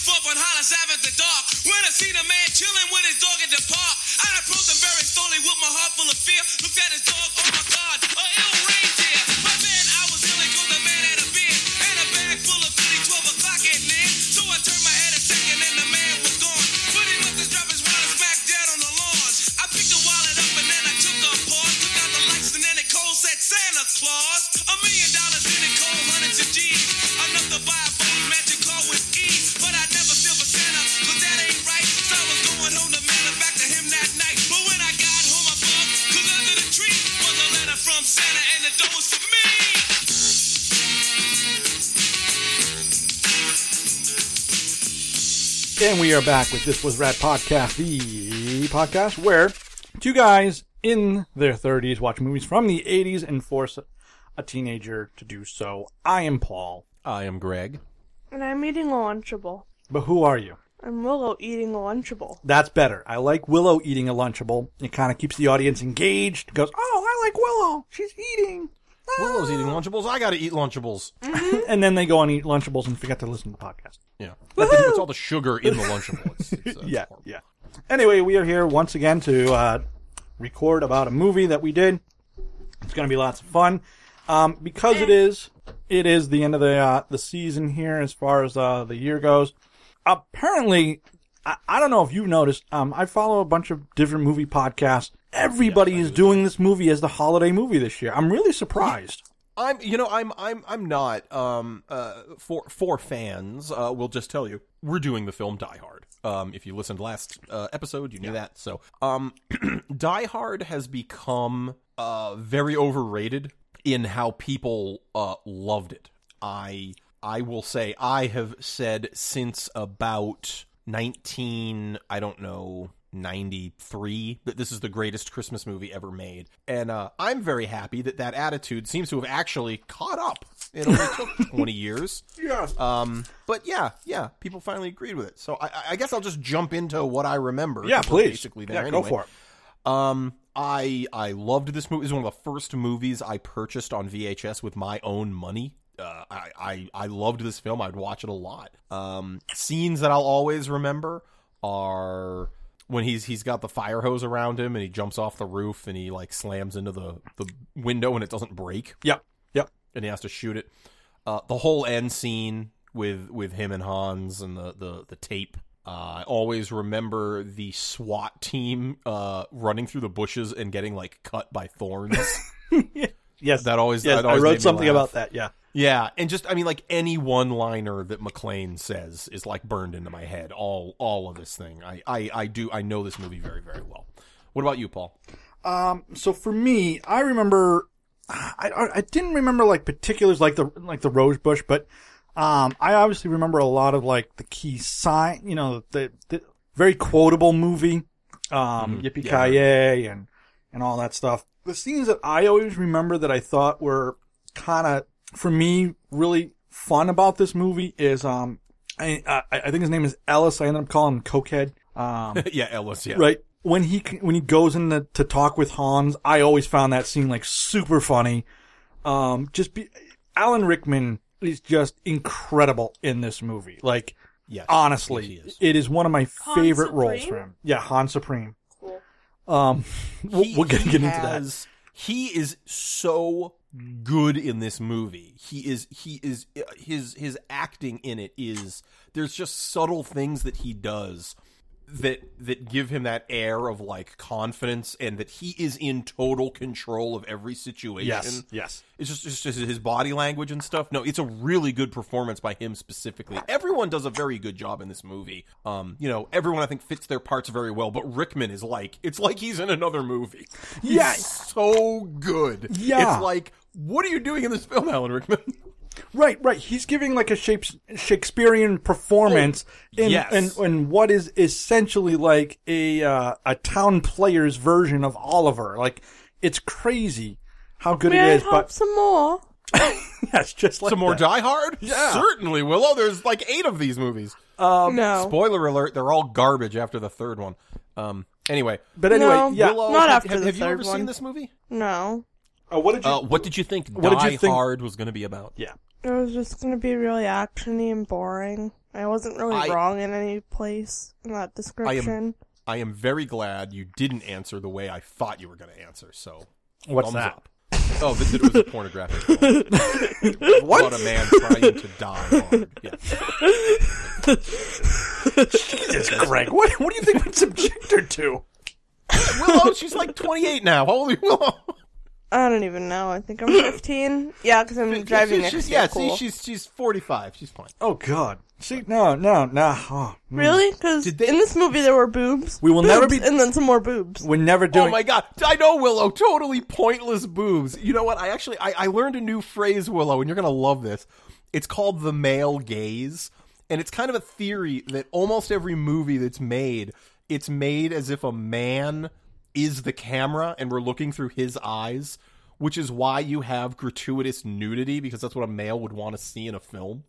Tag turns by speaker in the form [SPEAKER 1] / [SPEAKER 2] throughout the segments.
[SPEAKER 1] was out in the dark when I seen a man chilling with his dog in the park. I approached him very slowly with my heart full of fear. Looked at his dog, oh my God, a ill reindeer. But then I was feeling good, the man had a beard and a bag full of goodies, 12 o'clock at near. So I turned my head a second and the man was gone. But he must have dropped his wallet back dead on the lawn. I picked the wallet up and then I took a pause. Took out the lights and then it cold said Santa Claus. A million dollars in it cold, hundreds of G's. Enough to buy a phone, magic car with ease. But I never feel for Santa, cause that ain't right. So I was going home to mail it back to him that night. But when I got home, I bugged, cause under the tree was a letter from Santa and the dough was for me.
[SPEAKER 2] And we are back with This Was Rad Podcast, the podcast where two guys in their 30s watch movies from the 80s and force a teenager to do so. I am Paul,
[SPEAKER 3] I am Greg.
[SPEAKER 4] And I'm eating a Lunchable.
[SPEAKER 2] but who are you?
[SPEAKER 4] I'm Willow eating a Lunchable.
[SPEAKER 2] That's better. I like Willow eating a Lunchable. It kind of keeps the audience engaged. Goes, oh, I like Willow. She's eating.
[SPEAKER 3] Willow's eating Lunchables. I gotta eat Lunchables.
[SPEAKER 2] And then they go and eat Lunchables and forget to listen to the podcast.
[SPEAKER 3] Yeah. It's all the sugar in the Lunchable. It's, it's, uh,
[SPEAKER 2] yeah, yeah. Anyway, we are here once again to uh, record about a movie that we did. It's going to be lots of fun um, because it is it is the end of the uh, the season here as far as uh, the year goes. Apparently, I, I don't know if you've noticed. Um, I follow a bunch of different movie podcasts. Everybody is doing this movie as the holiday movie this year. I'm really surprised.
[SPEAKER 3] I'm, you know, I'm, I'm, I'm not. Um, uh, for for fans, uh, we'll just tell you we're doing the film Die Hard. Um, if you listened last uh, episode, you knew that. So, um, Die Hard has become uh very overrated in how people uh loved it. I I will say I have said since about nineteen, I don't know. 93 that this is the greatest christmas movie ever made and uh, i'm very happy that that attitude seems to have actually caught up it only took 20 years
[SPEAKER 2] Yes.
[SPEAKER 3] um, but yeah yeah people finally agreed with it so i, I- I guess i'll just jump into what i remember
[SPEAKER 2] Yeah,
[SPEAKER 3] 'cause we're
[SPEAKER 2] please.
[SPEAKER 3] basically there
[SPEAKER 2] yeah,
[SPEAKER 3] anyway.
[SPEAKER 2] go for it.
[SPEAKER 3] Um, I I loved this movie. It was one of the first movies I purchased on VHS with my own money. Uh, I, I I loved this film. I'd watch it a lot. Um, scenes that I'll always remember are when he's he's got the fire hose around him and he jumps off the roof and he like slams into the the window and it doesn't break
[SPEAKER 2] Yep. Yep.
[SPEAKER 3] and he has to shoot it. Uh, the whole end scene with with him and Hans and the the, the tape. Uh, I always remember the SWAT team uh, running through the bushes and getting like cut by thorns.
[SPEAKER 2] Yes.
[SPEAKER 3] That always-
[SPEAKER 2] Yes,
[SPEAKER 3] that always
[SPEAKER 2] I
[SPEAKER 3] made
[SPEAKER 2] wrote
[SPEAKER 3] me
[SPEAKER 2] something
[SPEAKER 3] laugh.
[SPEAKER 2] about that. Yeah.
[SPEAKER 3] yeah, and just I mean like any one liner that McLean says is like burned into my head. All all of this thing. I I, I do I know this movie very very well. What about you, Paul?
[SPEAKER 2] so for me, I remember, I, I- I didn't remember like particulars like the like the rose bush, but um, I obviously remember a lot of like the key sign, you know, the, the very quotable movie, um, Yippee Ki Yay and and all that stuff. The scenes that I always remember that I thought were kind of for me really fun about this movie is um, I, I I think his name is Ellis. I ended up calling him Cokehead. Um,
[SPEAKER 3] yeah, Ellis. Yeah,
[SPEAKER 2] right when he when he goes in the, to talk with Hans, I always found that scene like super funny. Um, just be, Alan Rickman is just incredible in this movie. Like
[SPEAKER 3] Yes,
[SPEAKER 2] Uh, honestly,
[SPEAKER 3] yes, he is.
[SPEAKER 2] it is one of my favorite
[SPEAKER 4] Supreme?
[SPEAKER 2] roles for him. Yeah, Han Supreme.
[SPEAKER 4] Cool.
[SPEAKER 2] Um, we we're gonna
[SPEAKER 3] he
[SPEAKER 2] get into that.
[SPEAKER 3] has- He is so good in this movie. He is he is his his acting in it is there's just subtle things that he does that that give him that air of like confidence and that he is in total control of every situation.
[SPEAKER 2] Yes, yes.
[SPEAKER 3] It's just, it's just his body language and stuff. No, it's a really good performance by him specifically. Everyone does a very good job in this movie. Um, you know, everyone I think fits their parts very well, but Rickman is like, it's like he's in another movie. He's
[SPEAKER 2] Yeah.
[SPEAKER 3] so good.
[SPEAKER 2] Yeah.
[SPEAKER 3] it's like, what are you doing in this film, Alan Rickman?
[SPEAKER 2] Right, right. He's giving like a Shakes- Shakespearean performance in,
[SPEAKER 3] Oh, yes.
[SPEAKER 2] in, in what is essentially like a uh, a town player's version of Oliver. Like it's crazy how good
[SPEAKER 4] May I
[SPEAKER 2] it is,
[SPEAKER 4] have
[SPEAKER 2] but
[SPEAKER 4] some more?
[SPEAKER 2] yes, just like
[SPEAKER 3] Some more
[SPEAKER 2] that.
[SPEAKER 3] Die Hard?
[SPEAKER 2] Yeah.
[SPEAKER 3] certainly. Willow, there's like eight of these movies. Um,
[SPEAKER 4] no.
[SPEAKER 3] Spoiler alert: they're all garbage after the third one. Um, anyway,
[SPEAKER 2] But anyway,
[SPEAKER 4] No.
[SPEAKER 2] yeah.
[SPEAKER 3] Willow,
[SPEAKER 4] Not
[SPEAKER 3] have,
[SPEAKER 4] after
[SPEAKER 3] have-
[SPEAKER 4] the
[SPEAKER 3] have you
[SPEAKER 4] third
[SPEAKER 3] ever
[SPEAKER 4] one.
[SPEAKER 3] seen this movie?
[SPEAKER 4] No.
[SPEAKER 2] Uh, what did you?
[SPEAKER 3] Uh, what did you think
[SPEAKER 2] What did
[SPEAKER 3] Die
[SPEAKER 2] you think-
[SPEAKER 3] Hard was going to be about?
[SPEAKER 2] yeah,
[SPEAKER 4] It was just gonna be really actiony and boring. I wasn't really
[SPEAKER 3] I-
[SPEAKER 4] wrong in any place in that description.
[SPEAKER 3] I am very glad you didn't answer the way I thought you were going to answer. So
[SPEAKER 2] What's
[SPEAKER 3] thumbs
[SPEAKER 2] that?
[SPEAKER 3] up. Oh, that, that it was a pornographic. film. what? a man trying to die hard. Yeah.
[SPEAKER 2] Jesus, Greg, what, what do you think we subject her to?
[SPEAKER 3] Willow, she's like 28 now. Holy Willow.
[SPEAKER 4] I don't even know. I think I'm 15. Yeah, because I'm
[SPEAKER 3] she's,
[SPEAKER 4] driving next
[SPEAKER 3] she's,
[SPEAKER 4] to
[SPEAKER 3] yeah,
[SPEAKER 4] you, cool.
[SPEAKER 3] see, she's she's 45. She's fine.
[SPEAKER 2] Oh, God. See, no, no, no. Oh, mm.
[SPEAKER 4] Really? Because
[SPEAKER 3] Did they-
[SPEAKER 4] in this movie there were boobs.
[SPEAKER 2] We will
[SPEAKER 4] boobs,
[SPEAKER 2] never be-
[SPEAKER 4] And then some more boobs.
[SPEAKER 2] We're never doing.
[SPEAKER 3] Oh my god! I know Willow. Totally pointless boobs. You know what? I actually I, I learned a new phrase, Willow, and you're gonna love this. It's called the male gaze, and it's kind of a theory that almost every movie that's made, it's made as if a man is the camera, and we're looking through his eyes, which is why you have gratuitous nudity because that's what a male would want to see in a film.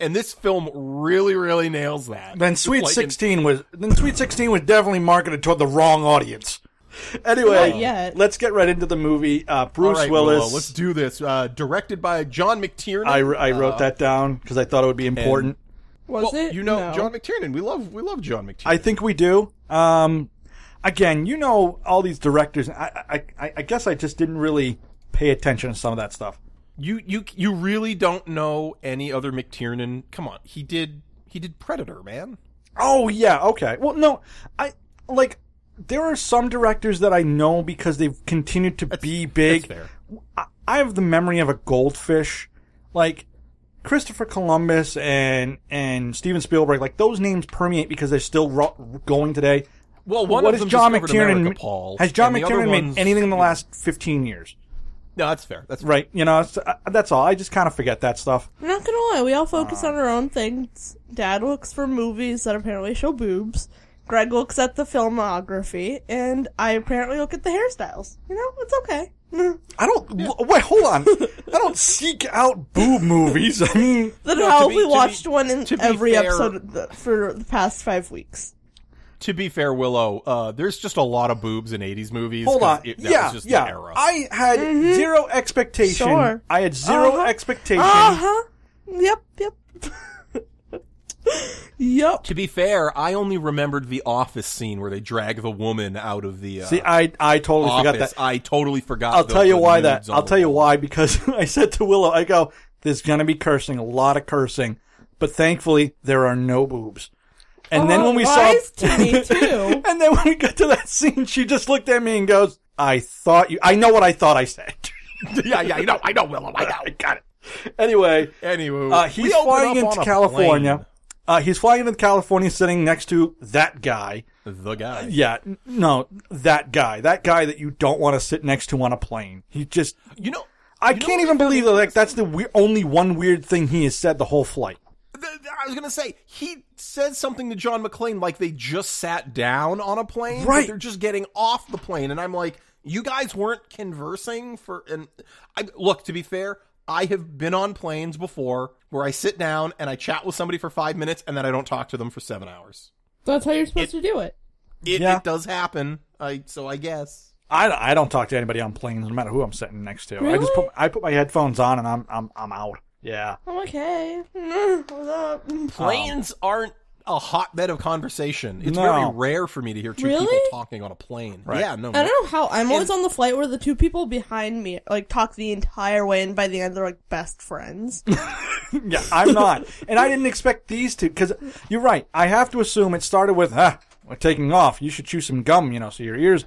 [SPEAKER 3] And this film really, really nails that.
[SPEAKER 2] Then Sweet
[SPEAKER 3] Like in-
[SPEAKER 2] Sixteen was then Sweet Sixteen was definitely marketed toward the wrong audience. Anyway,
[SPEAKER 5] Not yet.
[SPEAKER 2] let's get right into the movie. Uh, Bruce
[SPEAKER 3] All right,
[SPEAKER 2] Willis.
[SPEAKER 3] Willow, let's do this. Uh, directed by John McTiernan.
[SPEAKER 2] I, I wrote that down because I thought it would be important.
[SPEAKER 5] Was
[SPEAKER 3] well,
[SPEAKER 5] it?
[SPEAKER 3] you know
[SPEAKER 5] No.
[SPEAKER 3] John McTiernan. We love we love John McTiernan.
[SPEAKER 2] I think we do. Um, again, you know all these directors. I, I I I guess I just didn't really pay attention to some of that stuff.
[SPEAKER 3] you you you really don't know any other McTiernan. Come on, he did he did Predator, man.
[SPEAKER 2] Oh yeah, okay. Well, no, I like there are some directors that I know because they've continued to be big.
[SPEAKER 3] that's fair.
[SPEAKER 2] I, I have the memory of a goldfish, like Christopher Columbus and and Steven Spielberg. Like those names permeate because they're still ro- going today.
[SPEAKER 3] Well, one
[SPEAKER 2] what
[SPEAKER 3] of
[SPEAKER 2] has
[SPEAKER 3] them
[SPEAKER 2] John
[SPEAKER 3] discovered
[SPEAKER 2] McTiernan?
[SPEAKER 3] America, Paul,
[SPEAKER 2] has John
[SPEAKER 3] and the other
[SPEAKER 2] McTiernan made
[SPEAKER 3] ones-
[SPEAKER 2] anything in the last fifteen years?
[SPEAKER 3] No, that's fair. That's fair.
[SPEAKER 2] Right. You know, it's, uh, that's all. I just kind of forget that stuff.
[SPEAKER 4] I'm not gonna lie, we all focus on our own things. Dad looks for movies that apparently show boobs. Greg looks at the filmography, and I apparently look at the hairstyles. You know, it's okay.
[SPEAKER 2] I don't. Wait, hold on. I don't seek out boob movies. I mean,
[SPEAKER 4] Then
[SPEAKER 3] No,
[SPEAKER 4] how
[SPEAKER 3] to
[SPEAKER 4] have
[SPEAKER 3] be-
[SPEAKER 4] we
[SPEAKER 3] to
[SPEAKER 4] watched
[SPEAKER 3] be-
[SPEAKER 4] one in
[SPEAKER 3] to be
[SPEAKER 4] every
[SPEAKER 3] fair-
[SPEAKER 4] episode of the, for the past five weeks?
[SPEAKER 3] To be fair, Willow, uh, there's just a lot of boobs in '80s movies.
[SPEAKER 2] Hold
[SPEAKER 3] 'cause
[SPEAKER 2] on.
[SPEAKER 3] it- that
[SPEAKER 2] yeah,
[SPEAKER 3] was just
[SPEAKER 2] yeah.
[SPEAKER 3] the era.
[SPEAKER 2] I had zero expectation.
[SPEAKER 4] Mm-hmm. Sure.
[SPEAKER 2] I had 0
[SPEAKER 4] Uh-huh.
[SPEAKER 2] expectation.
[SPEAKER 4] Uh huh. Yep, yep. yep.
[SPEAKER 3] to be fair, I only remembered the office scene where they drag the woman out of the uh,
[SPEAKER 2] See, I I totally
[SPEAKER 3] office.
[SPEAKER 2] forgot that.
[SPEAKER 3] I totally forgot.
[SPEAKER 2] I'll
[SPEAKER 3] the-
[SPEAKER 2] tell you
[SPEAKER 3] the
[SPEAKER 2] why
[SPEAKER 3] nudes
[SPEAKER 2] that.
[SPEAKER 3] on
[SPEAKER 2] I'll
[SPEAKER 3] the
[SPEAKER 2] tell you
[SPEAKER 3] wall.
[SPEAKER 2] why because I said to Willow, I go, "There's gonna be cursing, a lot of cursing, but thankfully there are no boobs." And then
[SPEAKER 5] Oh,
[SPEAKER 2] when we
[SPEAKER 5] lies
[SPEAKER 2] saw,
[SPEAKER 5] to me, too.
[SPEAKER 2] and then when we got to that scene, she just looked at me and goes, "I thought you. I know what I thought I said.
[SPEAKER 3] yeah, yeah, I know, I know, Willow, I know.
[SPEAKER 2] I got it." Anyway,
[SPEAKER 3] Anyway,
[SPEAKER 2] Uh, he's
[SPEAKER 3] we open
[SPEAKER 2] flying
[SPEAKER 3] up
[SPEAKER 2] into
[SPEAKER 3] on a
[SPEAKER 2] California. Uh, he's flying into California, sitting next to that guy.
[SPEAKER 3] plane. The guy.
[SPEAKER 2] Yeah, n- no, that guy, that guy that you don't want to sit next to on a plane. He just,
[SPEAKER 3] You know,
[SPEAKER 2] I
[SPEAKER 3] you know
[SPEAKER 2] can't even
[SPEAKER 3] what I found
[SPEAKER 2] believe that. Like, that's the we- only one weird thing he has said the whole flight.
[SPEAKER 3] th- th- I was gonna say he said something to John McClane like they just sat down on a plane, but
[SPEAKER 2] Right.
[SPEAKER 3] they're just getting off the plane, and I'm like, you guys weren't conversing for. And I look to be fair, I have been on planes before where I sit down and I chat with somebody for five minutes, and then I don't talk to them for seven hours.
[SPEAKER 5] That's how you're supposed to do it.
[SPEAKER 3] It,
[SPEAKER 2] Yeah.
[SPEAKER 3] it does happen. I so I guess.
[SPEAKER 2] I, don't- I don't talk to anybody on planes, no matter who I'm sitting next to. I just
[SPEAKER 5] Really?
[SPEAKER 2] put I put my headphones on and I'm I'm I'm out. Yeah,
[SPEAKER 4] I'm okay. What's up?
[SPEAKER 3] Planes aren't a hotbed of conversation. It's
[SPEAKER 2] Um, No.
[SPEAKER 3] very rare for me to hear two people
[SPEAKER 5] Really?
[SPEAKER 3] talking on a plane. Yeah, no.
[SPEAKER 5] I don't
[SPEAKER 3] no.
[SPEAKER 5] know how
[SPEAKER 4] I'm
[SPEAKER 5] I'm
[SPEAKER 4] always on the flight where the two people behind me like talk the entire way, and by the end they're like best friends.
[SPEAKER 2] yeah, I'm not, and I didn't expect these two because you're right. I have to assume it started with ah, we're taking off. You should chew some gum, you know, so your ears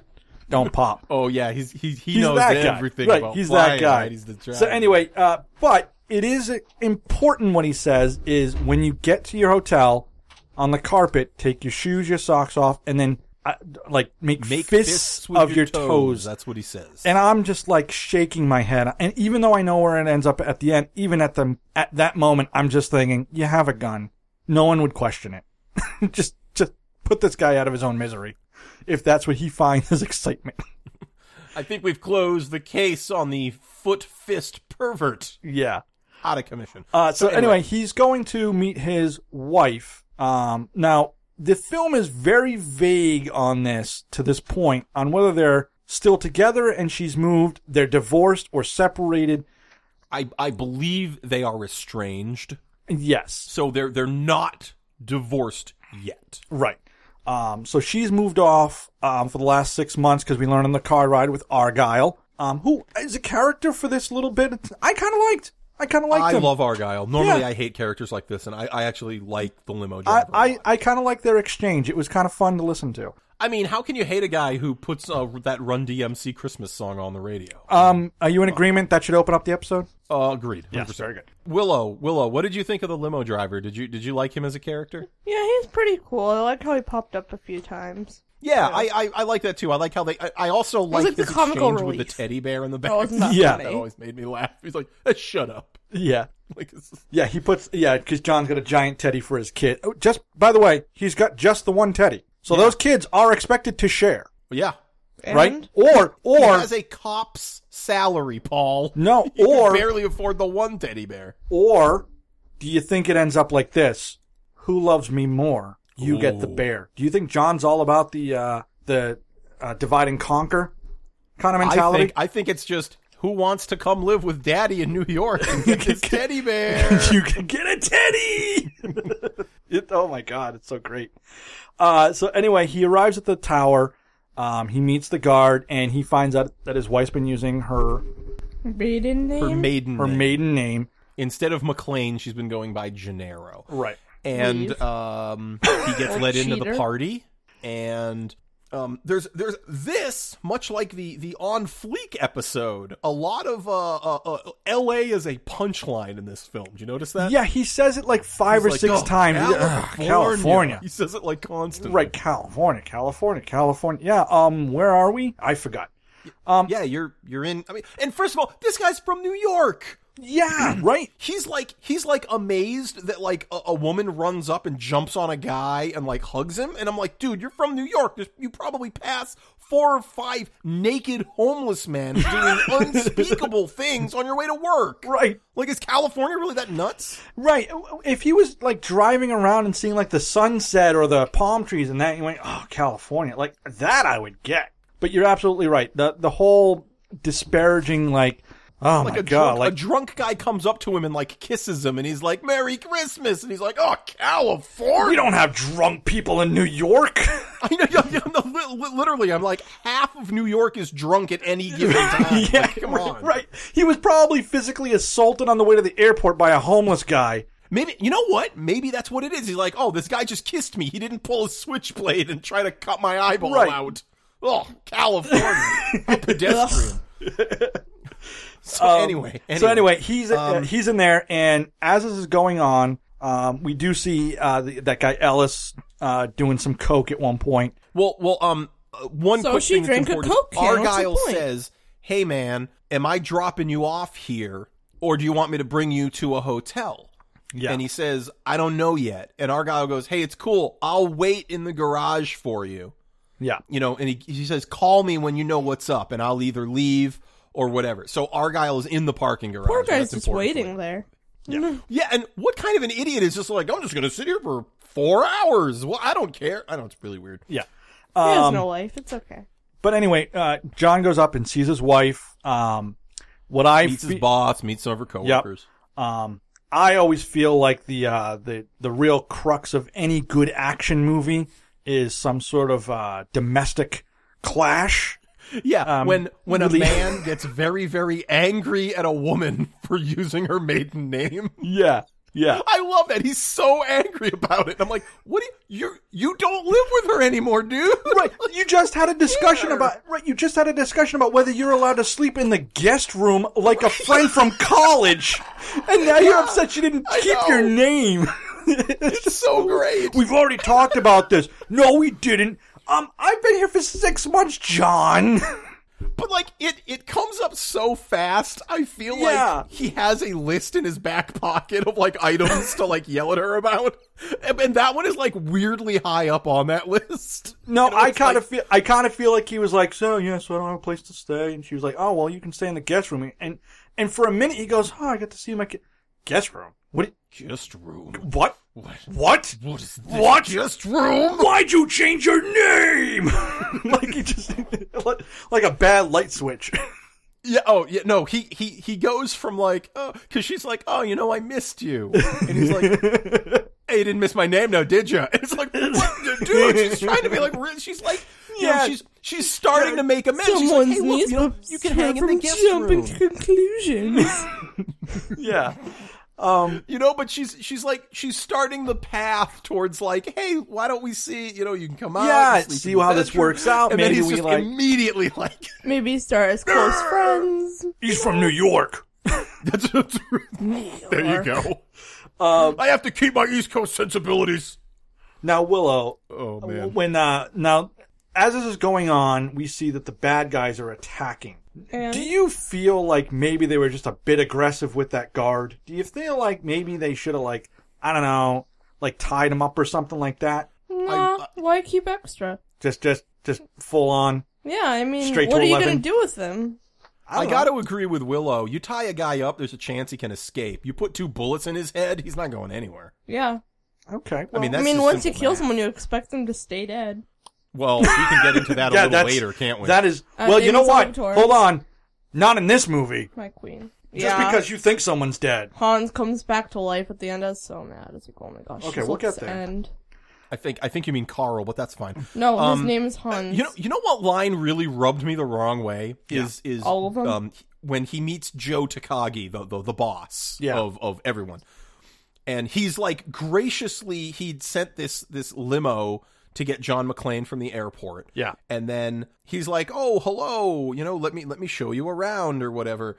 [SPEAKER 2] don't pop.
[SPEAKER 3] Oh yeah, he's he he
[SPEAKER 2] he's
[SPEAKER 3] knows
[SPEAKER 2] that guy.
[SPEAKER 3] everything
[SPEAKER 2] right,
[SPEAKER 3] about
[SPEAKER 2] he's
[SPEAKER 3] flying,
[SPEAKER 2] that guy.
[SPEAKER 3] right? He's the driver.
[SPEAKER 2] so anyway, uh, but it is important what he says is when you get to your hotel on the carpet, take your shoes, your socks off, and then uh, like make,
[SPEAKER 3] make
[SPEAKER 2] fists,
[SPEAKER 3] with
[SPEAKER 2] of your
[SPEAKER 3] That's what he says.
[SPEAKER 2] And I'm just like shaking my head. And even though I know where it ends up at the end, even at the at that moment, I'm just thinking, you have a gun. No one would question it. just just put this guy out of his own misery, if that's what he finds his excitement.
[SPEAKER 3] I think we've closed the case on the foot fist pervert
[SPEAKER 2] yeah.
[SPEAKER 3] out of commission.
[SPEAKER 2] Uh, so anyway, he's going to meet his wife. Um, now the film is very vague on this to this point on whether they're still together and she's moved, they're divorced or separated.
[SPEAKER 3] I I believe they are estranged.
[SPEAKER 2] Yes,
[SPEAKER 3] So they're they're not divorced yet.
[SPEAKER 2] right. Um, so she's moved off um, for the last six months because we learned on the car ride with Argyle, um, who is a character for this little bit. I kind of liked. I kind of liked
[SPEAKER 3] I
[SPEAKER 2] him.
[SPEAKER 3] love Argyle. Normally,
[SPEAKER 2] Yeah.
[SPEAKER 3] I hate characters like this, and I, I actually like the limo
[SPEAKER 2] I,
[SPEAKER 3] driver. a
[SPEAKER 2] I,
[SPEAKER 3] lot.
[SPEAKER 2] I kind of like their exchange. It was kind of fun to listen to.
[SPEAKER 3] I mean, how can you hate a guy who puts uh, that Run DMC Christmas song on the radio?
[SPEAKER 2] Um, are you in agreement that should open up the episode?
[SPEAKER 3] Uh, agreed. 100%.
[SPEAKER 2] good.
[SPEAKER 3] Willow, Willow, what did you think of the limo driver? Did you did you like him as a character?
[SPEAKER 4] Yeah, he's pretty cool. I like how he popped up a few times.
[SPEAKER 3] Yeah, I, I I like that too. I like how they. I, I also like,
[SPEAKER 4] like the
[SPEAKER 3] his
[SPEAKER 4] comical
[SPEAKER 3] exchange with the
[SPEAKER 4] relief.
[SPEAKER 3] teddy bear in the back.
[SPEAKER 4] Oh, isn't that
[SPEAKER 2] Yeah.
[SPEAKER 3] that
[SPEAKER 4] funny?
[SPEAKER 3] always made me laugh. He's like, "Eh, "Shut up!"
[SPEAKER 2] Yeah.
[SPEAKER 3] Like, it's just-
[SPEAKER 2] Yeah, he puts yeah because John's got a giant teddy for his kid. Oh, just by the way, he's got just the one teddy, so those kids are expected to share,
[SPEAKER 3] yeah.
[SPEAKER 2] right?
[SPEAKER 4] And-
[SPEAKER 2] Or
[SPEAKER 3] He
[SPEAKER 2] or
[SPEAKER 3] has a cop's salary, Paul.
[SPEAKER 2] No,
[SPEAKER 3] He can
[SPEAKER 2] or-
[SPEAKER 3] barely afford the one teddy bear.
[SPEAKER 2] or do you think it ends up like this? Who loves me more? You get the
[SPEAKER 3] Ooh.
[SPEAKER 2] bear. Do you think John's all about the uh, the uh, divide and conquer kind of
[SPEAKER 3] I
[SPEAKER 2] mentality?
[SPEAKER 3] think I think it's just who wants to come live with Daddy in New York and get this teddy bear.
[SPEAKER 2] you can get a teddy. It- oh my god, it's so great. Uh, so anyway, he arrives at the tower. Um, he meets the guard, and he finds out that his wife's been using her
[SPEAKER 5] Maiden name?
[SPEAKER 3] Her maiden
[SPEAKER 2] her
[SPEAKER 3] name.
[SPEAKER 2] maiden name.
[SPEAKER 3] instead of McLean, she's been going by Gennaro.
[SPEAKER 2] Right.
[SPEAKER 3] and um, he gets let into the
[SPEAKER 5] cheater.
[SPEAKER 3] party. And um, there's there's this much like the the on fleek episode. A lot of uh, uh, uh, L.A. is a punchline in this film. Did you notice that?
[SPEAKER 2] Yeah, he says it like five
[SPEAKER 3] He's
[SPEAKER 2] or
[SPEAKER 3] like,
[SPEAKER 2] six
[SPEAKER 3] "Oh,
[SPEAKER 2] times.
[SPEAKER 3] California.
[SPEAKER 2] Ugh, California.
[SPEAKER 3] He says it like constantly.
[SPEAKER 2] Right, California, California, California. Yeah, um, where are we? I forgot.
[SPEAKER 3] Yeah, you're you're in. I mean, and first of all, this guy's from New York.
[SPEAKER 2] Yeah, right.
[SPEAKER 3] He's like he's like amazed that like a, a woman runs up and jumps on a guy and like hugs him and I'm like, dude, you're from New York. There's, you probably pass four or five naked homeless men doing unspeakable things on your way to work.
[SPEAKER 2] Right.
[SPEAKER 3] Like is California really that nuts?
[SPEAKER 2] Right. If he was like driving around and seeing like the sunset or the palm trees and that, you went, oh, California. Like that I would get. But you're absolutely right. The the whole disparaging, like, oh
[SPEAKER 3] Like
[SPEAKER 2] my
[SPEAKER 3] a
[SPEAKER 2] God.
[SPEAKER 3] drunk,
[SPEAKER 2] like,
[SPEAKER 3] a drunk guy comes up to him and like kisses him and he's like, "Merry Christmas." And he's like, "Oh, California."
[SPEAKER 2] we don't have drunk people in New York.
[SPEAKER 3] I know, yeah, yeah, no, li- li- literally, I'm like half of New York is drunk at any given time.
[SPEAKER 2] yeah,
[SPEAKER 3] Like, come on.
[SPEAKER 2] Right. He was probably physically assaulted on the way to the airport by a homeless guy.
[SPEAKER 3] Maybe you know what? Maybe that's what it is. He's like, oh, this guy just kissed me. He didn't pull his switchblade and try to cut my eyeball
[SPEAKER 2] Right.
[SPEAKER 3] out. Oh, California, How pedestrian. so
[SPEAKER 5] Um,
[SPEAKER 3] anyway, anyway,
[SPEAKER 2] So anyway, he's uh, he's in there, and as this is going on, um, we do see uh, the, that guy Ellis uh, doing some coke at one point.
[SPEAKER 3] well, well, um, uh, one
[SPEAKER 5] So
[SPEAKER 3] quick
[SPEAKER 5] she
[SPEAKER 3] thing that's
[SPEAKER 5] drank a
[SPEAKER 3] important.
[SPEAKER 5] Coke can. What's the
[SPEAKER 3] Argyle
[SPEAKER 5] point?
[SPEAKER 3] says, "Hey, man, am I dropping you off here, or do you want me to bring you to a hotel?"
[SPEAKER 2] Yeah.
[SPEAKER 3] And he says, "I don't know yet." And Argyle goes, "Hey, it's cool. I'll wait in the garage for you."
[SPEAKER 2] Yeah.
[SPEAKER 3] you know, and he, he says, "Call me when you know what's up, and I'll either leave or whatever." So Argyle is in the parking garage.
[SPEAKER 4] Poor
[SPEAKER 3] and
[SPEAKER 4] guy's
[SPEAKER 3] that's
[SPEAKER 4] just
[SPEAKER 3] important for him.
[SPEAKER 4] waiting there.
[SPEAKER 3] Yeah, and what kind of an idiot is just like, "I'm just going to sit here for four hours"? Well, I don't care. I know it's really weird.
[SPEAKER 2] Yeah.
[SPEAKER 4] He has
[SPEAKER 2] Um,
[SPEAKER 4] no life. It's okay.
[SPEAKER 2] But anyway, uh, John goes up and sees his wife. Um, what I
[SPEAKER 3] Meets his
[SPEAKER 2] fe-
[SPEAKER 3] boss, meets some of her coworkers.
[SPEAKER 2] um, I always feel like the uh, the the real crux of any good action movie is some sort of uh, domestic clash.
[SPEAKER 3] Yeah, when when
[SPEAKER 2] really-
[SPEAKER 3] a man gets very very angry at a woman for using her maiden name.
[SPEAKER 2] Yeah. Yeah.
[SPEAKER 3] I love that he's so angry about it. I'm like, what? Do you, you you don't live with her anymore, dude.
[SPEAKER 2] Right. You just had a discussion
[SPEAKER 3] Here.
[SPEAKER 2] about right. You just had a discussion about whether you're allowed to sleep in the guest room like a friend from college, and now you're upset you didn't
[SPEAKER 3] I
[SPEAKER 2] keep
[SPEAKER 3] know.
[SPEAKER 2] your name.
[SPEAKER 3] It's so great.
[SPEAKER 2] We've already talked about this. No, we didn't. Um, I've been here for six months, John.
[SPEAKER 3] But like it, it comes up so fast. I feel
[SPEAKER 2] Yeah.
[SPEAKER 3] like he has a list in his back pocket of like items to like yell at her about, and, and that one is like weirdly high up on that list.
[SPEAKER 2] No,
[SPEAKER 3] You know,
[SPEAKER 2] I
[SPEAKER 3] it's
[SPEAKER 2] kind of
[SPEAKER 3] like-
[SPEAKER 2] feel I kind of feel like he was like, so yeah, so I don't have a place to stay, and she was like, oh well, you can stay in the guest room, and and for a minute he goes, oh, I get to see my ki- guest room. What?
[SPEAKER 3] just room.
[SPEAKER 2] What?
[SPEAKER 3] What?
[SPEAKER 2] What?
[SPEAKER 3] What is this?
[SPEAKER 2] What?
[SPEAKER 3] Just room.
[SPEAKER 2] Why'd you change your name? like he just like a bad light switch.
[SPEAKER 3] Yeah. Oh, yeah. No, he he he goes from like, oh, because she's like, oh, you know, I missed you, and he's like, hey, you didn't miss my name, now did you? And it's like, what, dude, she's trying to be like, re- she's like, you know,
[SPEAKER 2] Yeah.
[SPEAKER 3] she's she's starting to make amends. She's like,
[SPEAKER 5] Someone's
[SPEAKER 3] hey, look,
[SPEAKER 5] knees
[SPEAKER 3] you know, you can hang in the
[SPEAKER 5] from
[SPEAKER 3] guest
[SPEAKER 5] jumping
[SPEAKER 3] room.
[SPEAKER 5] to conclusions.
[SPEAKER 2] yeah.
[SPEAKER 3] you know but she's she's like she's starting the path towards like hey why don't we see you know you can come out
[SPEAKER 2] Yeah,
[SPEAKER 3] and sleep
[SPEAKER 2] see
[SPEAKER 3] in the
[SPEAKER 2] how this
[SPEAKER 3] bedroom.
[SPEAKER 2] works out.
[SPEAKER 3] and then
[SPEAKER 2] Maybe
[SPEAKER 3] he's
[SPEAKER 2] we,
[SPEAKER 3] just
[SPEAKER 2] like-
[SPEAKER 3] immediately like
[SPEAKER 4] Maybe start as close friends.
[SPEAKER 2] He's from New York.
[SPEAKER 3] that's, that's- there you go
[SPEAKER 2] Um,
[SPEAKER 3] i have to keep my east coast sensibilities
[SPEAKER 2] Now Willow,
[SPEAKER 3] oh man
[SPEAKER 2] when uh now as this is going on, we see that the bad guys are attacking.
[SPEAKER 5] And-
[SPEAKER 2] Do you feel like maybe they were just a bit aggressive with that guard? Do you feel like maybe they should have like I don't know, like tied him up or something like that?
[SPEAKER 4] uh,
[SPEAKER 5] nah, why keep extra?
[SPEAKER 2] Just just just full on.
[SPEAKER 4] Yeah, I mean,
[SPEAKER 2] Straight to
[SPEAKER 4] what are you
[SPEAKER 2] 11.
[SPEAKER 4] gonna do with them?
[SPEAKER 3] I,
[SPEAKER 2] don't
[SPEAKER 3] got to agree with Willow. You tie a guy up, there's a chance he can escape. You put two bullets in his head, he's not going anywhere.
[SPEAKER 5] Yeah.
[SPEAKER 2] know. Okay.
[SPEAKER 3] I mean,
[SPEAKER 2] well,
[SPEAKER 3] that's
[SPEAKER 5] I mean,
[SPEAKER 3] just
[SPEAKER 5] once you
[SPEAKER 3] simple
[SPEAKER 5] kill
[SPEAKER 3] math.
[SPEAKER 5] someone, you expect them to stay dead.
[SPEAKER 3] Well, we can get into that a
[SPEAKER 2] yeah,
[SPEAKER 3] little
[SPEAKER 2] that's-
[SPEAKER 3] later, can't we?
[SPEAKER 2] That is
[SPEAKER 5] Uh,
[SPEAKER 2] well,
[SPEAKER 5] David
[SPEAKER 2] you know what?
[SPEAKER 5] Salvatore.
[SPEAKER 2] Hold on. Not in this movie.
[SPEAKER 5] My queen.
[SPEAKER 2] Just
[SPEAKER 4] yeah.
[SPEAKER 2] because you think someone's dead.
[SPEAKER 5] Hans comes back to life at the end. I was so mad. It's like, oh my gosh.
[SPEAKER 2] Okay,
[SPEAKER 5] this
[SPEAKER 2] we'll get
[SPEAKER 5] looks
[SPEAKER 2] there.
[SPEAKER 5] End.
[SPEAKER 3] I think I think you mean Carl, but that's fine.
[SPEAKER 5] No,
[SPEAKER 3] Um,
[SPEAKER 5] his name is Hans.
[SPEAKER 3] You know, you know what line really rubbed me the wrong way is is
[SPEAKER 5] All of 'em?
[SPEAKER 3] Um, when he meets Joe Takagi, the the, the boss
[SPEAKER 2] Yeah.
[SPEAKER 3] of of everyone, and he's like graciously he'd sent this this limo to get John McClane from the airport.
[SPEAKER 2] Yeah.
[SPEAKER 3] and then he's like, "Oh, hello, you know, let me let me show you around or whatever,"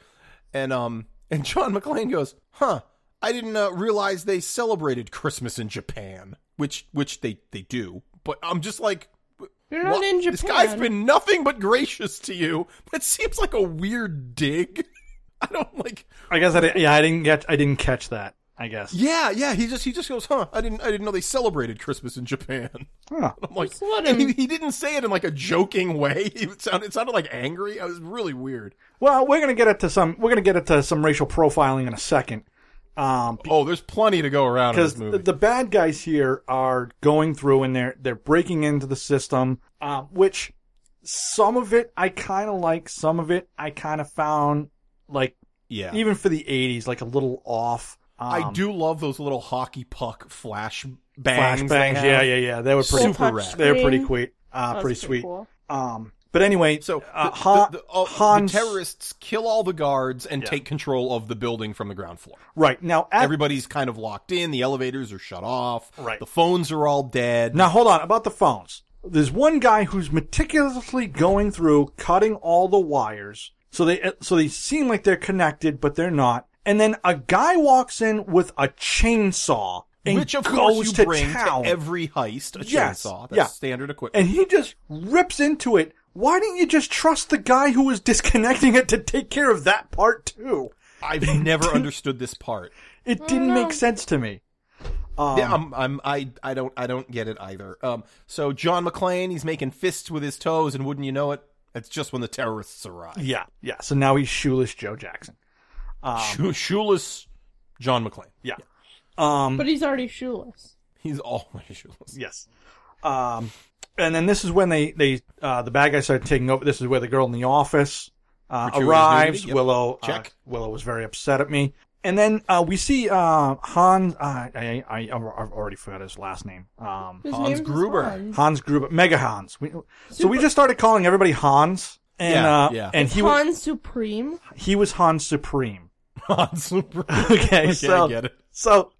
[SPEAKER 3] and um and John McClane goes, "Huh." I didn't uh, realize they celebrated Christmas in Japan, which which they, they do. But I'm just like,
[SPEAKER 5] You're not
[SPEAKER 3] what?
[SPEAKER 5] in Japan.
[SPEAKER 3] This guy's been nothing but gracious to you. That seems like a weird dig. I don't like.
[SPEAKER 2] I guess I didn't, yeah, I didn't get I didn't catch that, I guess.
[SPEAKER 3] Yeah, yeah. He just he just goes, huh? I didn't I didn't know they celebrated Christmas in Japan.
[SPEAKER 2] Huh.
[SPEAKER 3] I'm like,
[SPEAKER 5] Just let
[SPEAKER 3] and he,
[SPEAKER 5] him-
[SPEAKER 3] he didn't say it in like a joking way. It sounded it sounded like angry. I was really weird.
[SPEAKER 2] Well, we're gonna get it to some we're gonna get it to some racial profiling in a second. Um
[SPEAKER 3] Oh, there's plenty to go around in
[SPEAKER 2] because
[SPEAKER 3] this
[SPEAKER 2] the,
[SPEAKER 3] movie.
[SPEAKER 2] the bad guys here are going through and they're they're breaking into the system, um, which some of it I kind of like, some of it I kind of found like
[SPEAKER 3] yeah,
[SPEAKER 2] even for the '80s like a little off. Um,
[SPEAKER 3] I do love those little hockey puck flash bangs. they
[SPEAKER 2] flashbangs,
[SPEAKER 3] have.
[SPEAKER 2] yeah, yeah, yeah. They were pretty
[SPEAKER 3] Super
[SPEAKER 5] Full touch
[SPEAKER 3] rad.
[SPEAKER 2] They were pretty
[SPEAKER 5] screen.
[SPEAKER 2] sweet, uh,
[SPEAKER 5] That's
[SPEAKER 2] pretty sweet.
[SPEAKER 5] cool.
[SPEAKER 2] Um, but anyway,
[SPEAKER 3] So
[SPEAKER 2] uh,
[SPEAKER 3] the,
[SPEAKER 2] Han,
[SPEAKER 3] the, the, oh,
[SPEAKER 2] Hans,
[SPEAKER 3] the terrorists kill all the guards and take control of the building from the ground floor.
[SPEAKER 2] right now at
[SPEAKER 3] Everybody's kind of locked in. The elevators are shut off.
[SPEAKER 2] Right.
[SPEAKER 3] The phones are all dead.
[SPEAKER 2] Now, hold on. About the phones. There's one guy who's meticulously going through, cutting all the wires. So they, uh, so they seem like they're connected, but they're not. And then a guy walks in with a chainsaw and
[SPEAKER 3] which of
[SPEAKER 2] goes
[SPEAKER 3] course you
[SPEAKER 2] to
[SPEAKER 3] bring
[SPEAKER 2] town.
[SPEAKER 3] to every heist a
[SPEAKER 2] Yes,
[SPEAKER 3] chainsaw. That's
[SPEAKER 2] yeah.
[SPEAKER 3] standard equipment.
[SPEAKER 2] and he just rips into it. Why didn't you just trust the guy who was disconnecting it to take care of that part too?
[SPEAKER 3] I've never understood this part.
[SPEAKER 2] It didn't make sense to me. Um,
[SPEAKER 3] yeah, I'm, I'm, I, I don't, I don't get it either. Um, so John McClane, he's making fists with his toes, and wouldn't you know it? It's just when the terrorists arrive.
[SPEAKER 2] yeah, yeah. So now he's shoeless Joe Jackson.
[SPEAKER 3] Shoe- shoeless John McClane.
[SPEAKER 2] Yeah. Um,
[SPEAKER 5] But he's already shoeless.
[SPEAKER 3] He's always shoeless.
[SPEAKER 2] Yes. Um, and then this is when they they uh, the bad guys started taking over. This is where the girl in the office uh,
[SPEAKER 3] Gratuitous
[SPEAKER 2] arrives.
[SPEAKER 3] nudity, yep.
[SPEAKER 2] Willow uh,
[SPEAKER 3] Check.
[SPEAKER 2] Willow was very upset at me. And then uh, we see uh, Hans. Uh, I, I I I've already forgot his last name. Um,
[SPEAKER 5] His
[SPEAKER 3] Hans
[SPEAKER 5] name is
[SPEAKER 3] Gruber.
[SPEAKER 5] Hans.
[SPEAKER 2] Hans Gruber, Mega Hans. We, so we just started calling everybody Hans, and
[SPEAKER 3] Yeah,
[SPEAKER 2] uh,
[SPEAKER 3] yeah.
[SPEAKER 2] and
[SPEAKER 5] It's
[SPEAKER 2] he was,
[SPEAKER 5] Hans Supreme.
[SPEAKER 2] he was Hans Supreme.
[SPEAKER 3] Super.
[SPEAKER 2] Okay, so
[SPEAKER 3] I get it.
[SPEAKER 2] So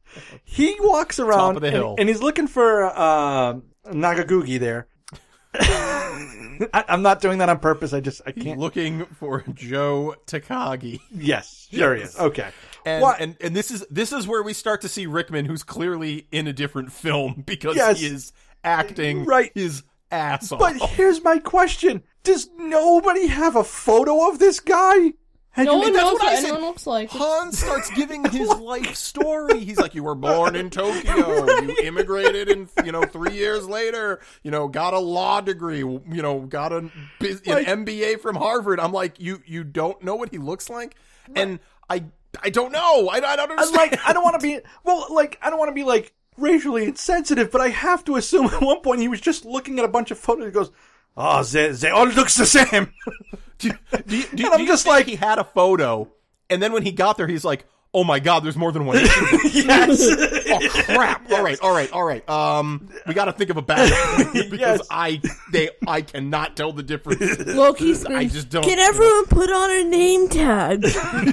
[SPEAKER 2] he walks around
[SPEAKER 3] of the
[SPEAKER 2] and-
[SPEAKER 3] hill.
[SPEAKER 2] And, he's looking for uh, Nagagugi there. I, I'm not doing that on purpose. I just I can't.
[SPEAKER 3] Looking for Joe Takagi.
[SPEAKER 2] yes, sure he is. Okay.
[SPEAKER 3] And,
[SPEAKER 2] What-
[SPEAKER 3] and and this is this is where we start to see Rickman, who's clearly in a different film because
[SPEAKER 2] Yes.
[SPEAKER 3] he is acting
[SPEAKER 2] Right.
[SPEAKER 3] his ass off.
[SPEAKER 2] but here's my question: Does nobody have a photo of this guy? Had
[SPEAKER 5] No
[SPEAKER 2] you-
[SPEAKER 5] one
[SPEAKER 3] that's
[SPEAKER 5] knows
[SPEAKER 3] what
[SPEAKER 5] what
[SPEAKER 3] I said.
[SPEAKER 5] anyone looks like.
[SPEAKER 3] Hans starts giving his life story. He's like, "You were born in Tokyo. You immigrated, and you know, three years later, you know, got a law degree. You know, got a, bus-
[SPEAKER 2] Like-
[SPEAKER 3] an MBA from Harvard." I'm like, "You you don't know what he looks like," and I I don't know. I, I don't
[SPEAKER 2] I,
[SPEAKER 3] understand.
[SPEAKER 2] like I don't want to be well. Like I don't want to be like racially insensitive, but I have to assume at one point he was just looking at a bunch of photos. and goes, oh, they, they all looks the same.
[SPEAKER 3] do, do, you- do,
[SPEAKER 2] And
[SPEAKER 3] you-
[SPEAKER 2] I'm
[SPEAKER 3] do you
[SPEAKER 2] just
[SPEAKER 3] think
[SPEAKER 2] like-
[SPEAKER 3] he had a photo, and then when he got there, he's like, "Oh my god, there's more than one." shooter."
[SPEAKER 2] yes.
[SPEAKER 3] oh crap! All right, all right, all right. Um, we got to think of a backup plan because
[SPEAKER 2] Yes.
[SPEAKER 3] I they I cannot tell the difference.
[SPEAKER 4] Loki
[SPEAKER 3] I
[SPEAKER 4] screams,
[SPEAKER 3] just don't.
[SPEAKER 5] Can everyone put on a name tag?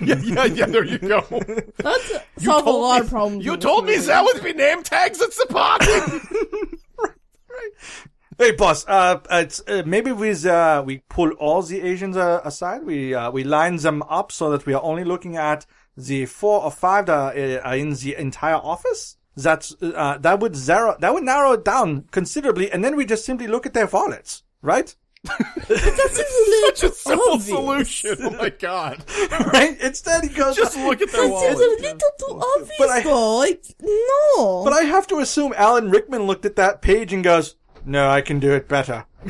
[SPEAKER 3] yeah, yeah, yeah, there you go.
[SPEAKER 4] That's
[SPEAKER 3] You
[SPEAKER 4] solve a
[SPEAKER 3] told me-
[SPEAKER 4] lot of problems.
[SPEAKER 3] You
[SPEAKER 4] in this
[SPEAKER 3] told me
[SPEAKER 4] movie.
[SPEAKER 3] that would be name tags. It's the pocket.
[SPEAKER 2] Hey, boss. Uh, it's, uh, maybe we uh, we pull all the Asians uh, aside. We uh, we line them up so that we are only looking at the four or five that are, uh, are in the entire office. That's uh, that would zero that would narrow it down considerably, and then we just simply look at their wallets, right?
[SPEAKER 3] Such a simple
[SPEAKER 5] Obvious.
[SPEAKER 3] solution. Oh my god!
[SPEAKER 2] right. Instead, he goes.
[SPEAKER 3] Just look at their
[SPEAKER 5] It's
[SPEAKER 3] wallet.
[SPEAKER 5] a little too obvious,
[SPEAKER 2] But I-
[SPEAKER 5] though. Like, no.
[SPEAKER 2] But I have to assume Alan Rickman looked at that page and goes, "No, I can do it better."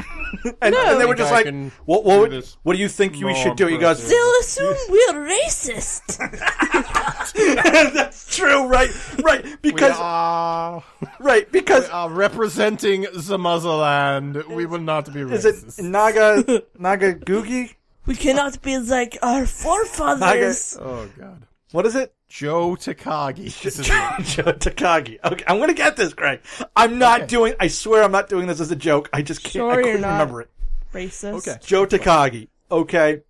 [SPEAKER 2] and, and they were
[SPEAKER 3] think
[SPEAKER 2] just
[SPEAKER 3] I
[SPEAKER 2] like,
[SPEAKER 3] can
[SPEAKER 2] "What?
[SPEAKER 3] do
[SPEAKER 2] What,
[SPEAKER 3] this
[SPEAKER 2] what do you think we
[SPEAKER 3] more
[SPEAKER 2] should do?" He goes,
[SPEAKER 3] impressive.
[SPEAKER 5] They'll assume we're racist.
[SPEAKER 2] "That's true, right? Right?
[SPEAKER 3] We
[SPEAKER 2] Because
[SPEAKER 3] are,
[SPEAKER 2] right? Because
[SPEAKER 3] uh, representing the motherland. We will not be
[SPEAKER 2] is
[SPEAKER 3] racist.
[SPEAKER 2] it Naga Naga Googie?
[SPEAKER 5] we cannot be like our forefathers.
[SPEAKER 3] oh god,
[SPEAKER 2] What is it?"
[SPEAKER 3] Joe Takagi. This is-
[SPEAKER 2] Joe Takagi. Okay, I'm gonna get this, Greg. I'm not doing. I swear, I'm not doing this as a joke. I just can't.
[SPEAKER 4] Sure
[SPEAKER 2] I
[SPEAKER 4] you're
[SPEAKER 2] couldn't
[SPEAKER 4] not.
[SPEAKER 2] remember it.
[SPEAKER 4] Racist.
[SPEAKER 3] Okay.
[SPEAKER 2] Joe Takagi. Okay.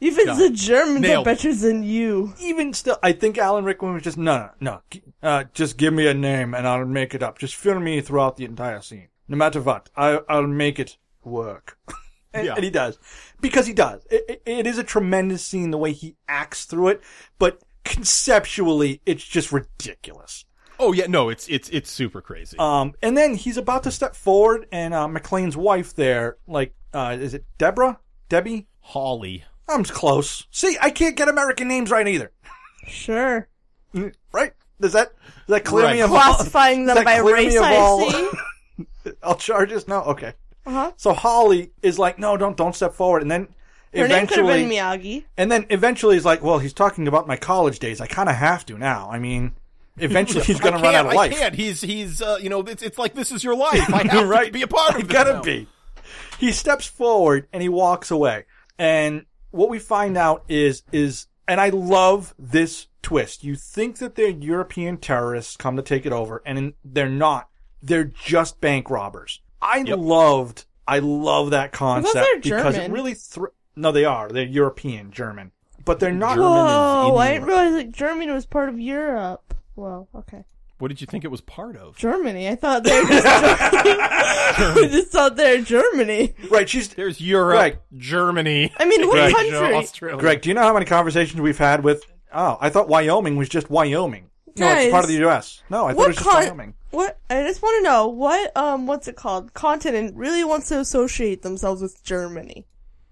[SPEAKER 4] Even
[SPEAKER 3] Got
[SPEAKER 4] the
[SPEAKER 3] it.
[SPEAKER 4] Germans
[SPEAKER 3] Nailed
[SPEAKER 4] are
[SPEAKER 3] it.
[SPEAKER 4] better than you.
[SPEAKER 2] even still, I think Alan Rickman was just no, no, no. G- Uh, just give me a name and I'll make it up. Just film me throughout the entire scene, no matter what. I, I'll make it work. and,
[SPEAKER 3] Yeah.
[SPEAKER 2] and he does because he does. It, it, it is a tremendous scene the way he acts through it, but conceptually, it's just ridiculous.
[SPEAKER 3] oh yeah, no, it's it's it's super crazy.
[SPEAKER 2] Um, and then he's about to step forward, and uh, McLean's wife there, like, uh, is it Deborah? Debbie?
[SPEAKER 3] Holly.
[SPEAKER 2] I'm close. See, I can't get American names right either.
[SPEAKER 4] Sure.
[SPEAKER 2] Right? Does that does that clear me
[SPEAKER 3] Right.
[SPEAKER 2] of all-
[SPEAKER 5] Classifying
[SPEAKER 2] Is
[SPEAKER 5] them
[SPEAKER 2] that
[SPEAKER 5] by
[SPEAKER 2] clear me
[SPEAKER 5] race.
[SPEAKER 2] of
[SPEAKER 5] I
[SPEAKER 2] all-
[SPEAKER 5] see.
[SPEAKER 2] all charges? No, okay.
[SPEAKER 4] Uh-huh.
[SPEAKER 2] So Holly is like, no, don't don't step forward, and then
[SPEAKER 4] Her name could have
[SPEAKER 2] eventually,
[SPEAKER 4] been Miyagi.
[SPEAKER 2] and then eventually he's like, well, he's talking about my college days. I kind of have to now. I mean, eventually he's going to
[SPEAKER 3] I
[SPEAKER 2] run out
[SPEAKER 3] can't,
[SPEAKER 2] of
[SPEAKER 3] I
[SPEAKER 2] life.
[SPEAKER 3] can't. He's he's uh, you know it's it's like this is your life. I have to
[SPEAKER 2] Right.
[SPEAKER 3] be a part of
[SPEAKER 2] I
[SPEAKER 3] it.
[SPEAKER 2] gotta
[SPEAKER 3] now.
[SPEAKER 2] be. He steps forward and he walks away. And what we find out is is and I love this twist. You think that they're European terrorists come to take it over, and in, they're not. They're just bank robbers. I loved. I love that concept
[SPEAKER 4] they're
[SPEAKER 2] because it
[SPEAKER 4] German.
[SPEAKER 2] really. Thr- no, they are. They're European German, but they're not.
[SPEAKER 3] German
[SPEAKER 4] Oh, I
[SPEAKER 2] Europe.
[SPEAKER 4] didn't realize that Germany was part of Europe. Well, okay.
[SPEAKER 3] What did you think it was part of?
[SPEAKER 4] Germany. I thought they were just I just thought they're Germany.
[SPEAKER 2] right. She's
[SPEAKER 3] There's Europe,
[SPEAKER 2] Right.
[SPEAKER 3] Germany,
[SPEAKER 4] I mean, what
[SPEAKER 2] Right.
[SPEAKER 4] country?
[SPEAKER 3] Australia.
[SPEAKER 2] Greg, do you know how many conversations we've had with? Oh, I thought Wyoming was just Wyoming. No, it's
[SPEAKER 4] Guys,
[SPEAKER 2] part of the U.S. No, I thought it
[SPEAKER 4] what
[SPEAKER 2] was just
[SPEAKER 4] con-
[SPEAKER 2] Wyoming.
[SPEAKER 4] What I just want to know what um what's it called? Continent really wants to associate themselves with Germany.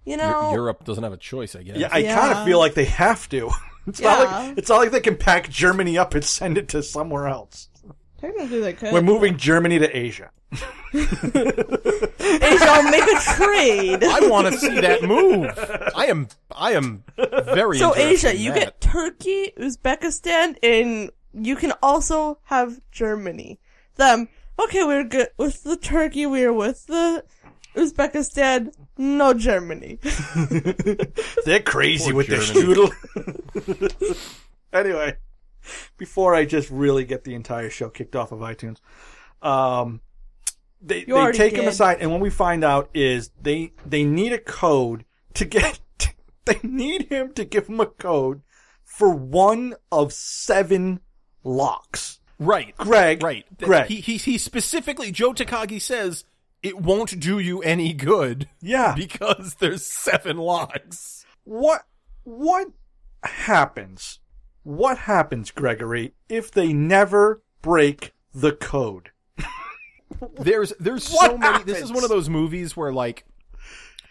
[SPEAKER 4] You know,
[SPEAKER 3] Europe doesn't have a choice, I guess.
[SPEAKER 2] Yeah, I
[SPEAKER 4] Yeah.
[SPEAKER 2] kind of feel like they have to. It's not
[SPEAKER 4] Yeah.
[SPEAKER 2] like it's not like they can pack Germany up and send it to somewhere else.
[SPEAKER 4] technically they could.
[SPEAKER 2] We're moving Germany to Asia.
[SPEAKER 4] They shall make a trade.
[SPEAKER 3] I want to see that move. I am, I am very.
[SPEAKER 4] so
[SPEAKER 3] interested
[SPEAKER 4] Asia,
[SPEAKER 3] in
[SPEAKER 4] you
[SPEAKER 3] that.
[SPEAKER 4] get Turkey, Uzbekistan, and you can also have Germany. Them. Okay, we're good with the Turkey. We're with the Uzbekistan. No Germany.
[SPEAKER 2] They're crazy
[SPEAKER 3] Poor
[SPEAKER 2] with
[SPEAKER 3] Germany.
[SPEAKER 2] their strudel. anyway, before I just really get the entire show kicked off of iTunes, um, they they
[SPEAKER 4] already
[SPEAKER 2] take him
[SPEAKER 4] did.
[SPEAKER 2] aside, and what we find out is they they need a code to get. They need him to give him a code for one of seven locks.
[SPEAKER 3] right,
[SPEAKER 2] Greg,
[SPEAKER 3] right, Th-
[SPEAKER 2] Greg.
[SPEAKER 3] He, he he specifically Joe Takagi says it won't do you any good
[SPEAKER 2] Yeah.
[SPEAKER 3] because there's seven locks.
[SPEAKER 2] what what happens what happens gregory if they never break the code
[SPEAKER 3] There's there's
[SPEAKER 2] What
[SPEAKER 3] so many. This is
[SPEAKER 2] happens?
[SPEAKER 3] one of those movies where like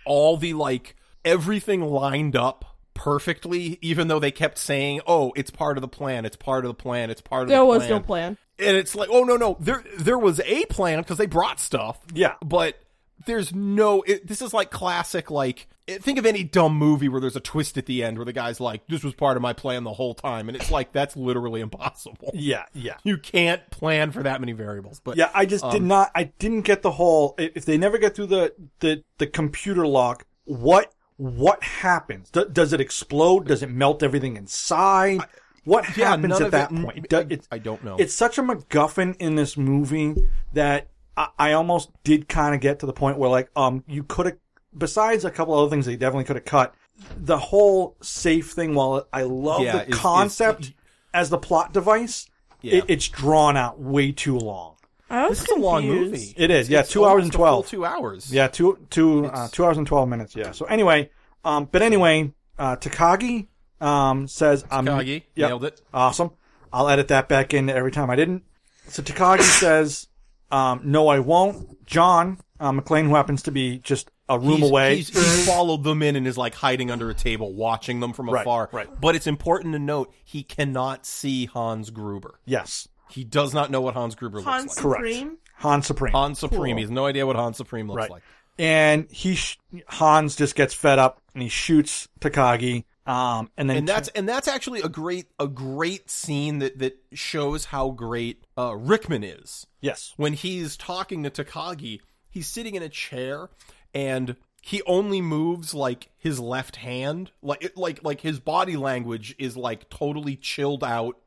[SPEAKER 3] all the like everything lined up perfectly, even though they kept saying, "Oh, it's part of the plan. It's part of the plan. It's part of
[SPEAKER 5] There
[SPEAKER 3] the
[SPEAKER 5] was
[SPEAKER 3] plan."
[SPEAKER 5] no plan.
[SPEAKER 3] And it's like, oh no, no, there there was a plan because they brought stuff,
[SPEAKER 2] yeah
[SPEAKER 3] but there's no it, this is like classic like eh, think of any dumb movie where there's a twist at the end where the guy's like this was part of my plan the whole time and it's like that's literally impossible
[SPEAKER 2] Yeah, yeah.
[SPEAKER 3] you can't plan for that many variables but um,
[SPEAKER 2] Yeah, I just did not. I didn't get the whole. i- If they never get through the the, the computer lock, what what happens? Do- does it explode? Does it melt everything inside? What
[SPEAKER 3] yeah,
[SPEAKER 2] happens
[SPEAKER 3] none
[SPEAKER 2] at
[SPEAKER 3] of
[SPEAKER 2] that
[SPEAKER 3] it-
[SPEAKER 2] point? Do-
[SPEAKER 3] I-
[SPEAKER 2] it's-
[SPEAKER 3] I don't know.
[SPEAKER 2] It's such a MacGuffin in this movie that I, I almost did kind of get to the point where like um you could have besides a couple other things that you definitely could have cut the whole safe thing. While I love
[SPEAKER 3] Yeah,
[SPEAKER 2] the
[SPEAKER 3] is- is-
[SPEAKER 2] concept as the plot device,
[SPEAKER 3] Yeah.
[SPEAKER 2] it, it's drawn out way too long.
[SPEAKER 4] I was
[SPEAKER 3] this is a long
[SPEAKER 4] confused.
[SPEAKER 3] movie
[SPEAKER 2] It is, yeah, two hours and
[SPEAKER 3] almost a full
[SPEAKER 2] 12.
[SPEAKER 3] two hours
[SPEAKER 2] Yeah, two two uh, two hours and twelve minutes. Yeah. So anyway, um, but anyway, uh, Takagi um says I'm
[SPEAKER 3] Takagi,
[SPEAKER 2] Yep.
[SPEAKER 3] nailed it.
[SPEAKER 2] Awesome. I'll edit that back in every time I didn't. So Takagi says, um, "No, I won't." John uh, McLean, who happens to be just a room
[SPEAKER 3] He's-
[SPEAKER 2] away,
[SPEAKER 3] He's, he's followed them in and is like hiding under a table, watching them from
[SPEAKER 2] Right,
[SPEAKER 3] afar.
[SPEAKER 2] right.
[SPEAKER 3] But it's important to note he cannot see Hans Gruber.
[SPEAKER 2] yes,
[SPEAKER 3] He does not know what Hans Gruber
[SPEAKER 4] Han
[SPEAKER 3] looks like.
[SPEAKER 2] correct.
[SPEAKER 4] Supreme.
[SPEAKER 2] Han Supreme,
[SPEAKER 3] Hans Supreme. He has no idea what Hans Supreme looks
[SPEAKER 2] right?
[SPEAKER 3] like.
[SPEAKER 2] And he sh- Hans just gets fed up and he shoots Takagi, um, and then
[SPEAKER 3] And that's and that's actually a great a great scene that that shows how great uh, Rickman is.
[SPEAKER 2] yes,
[SPEAKER 3] when he's talking to Takagi, he's sitting in a chair and he only moves like his left hand. Like it- like like his body language is like totally chilled out.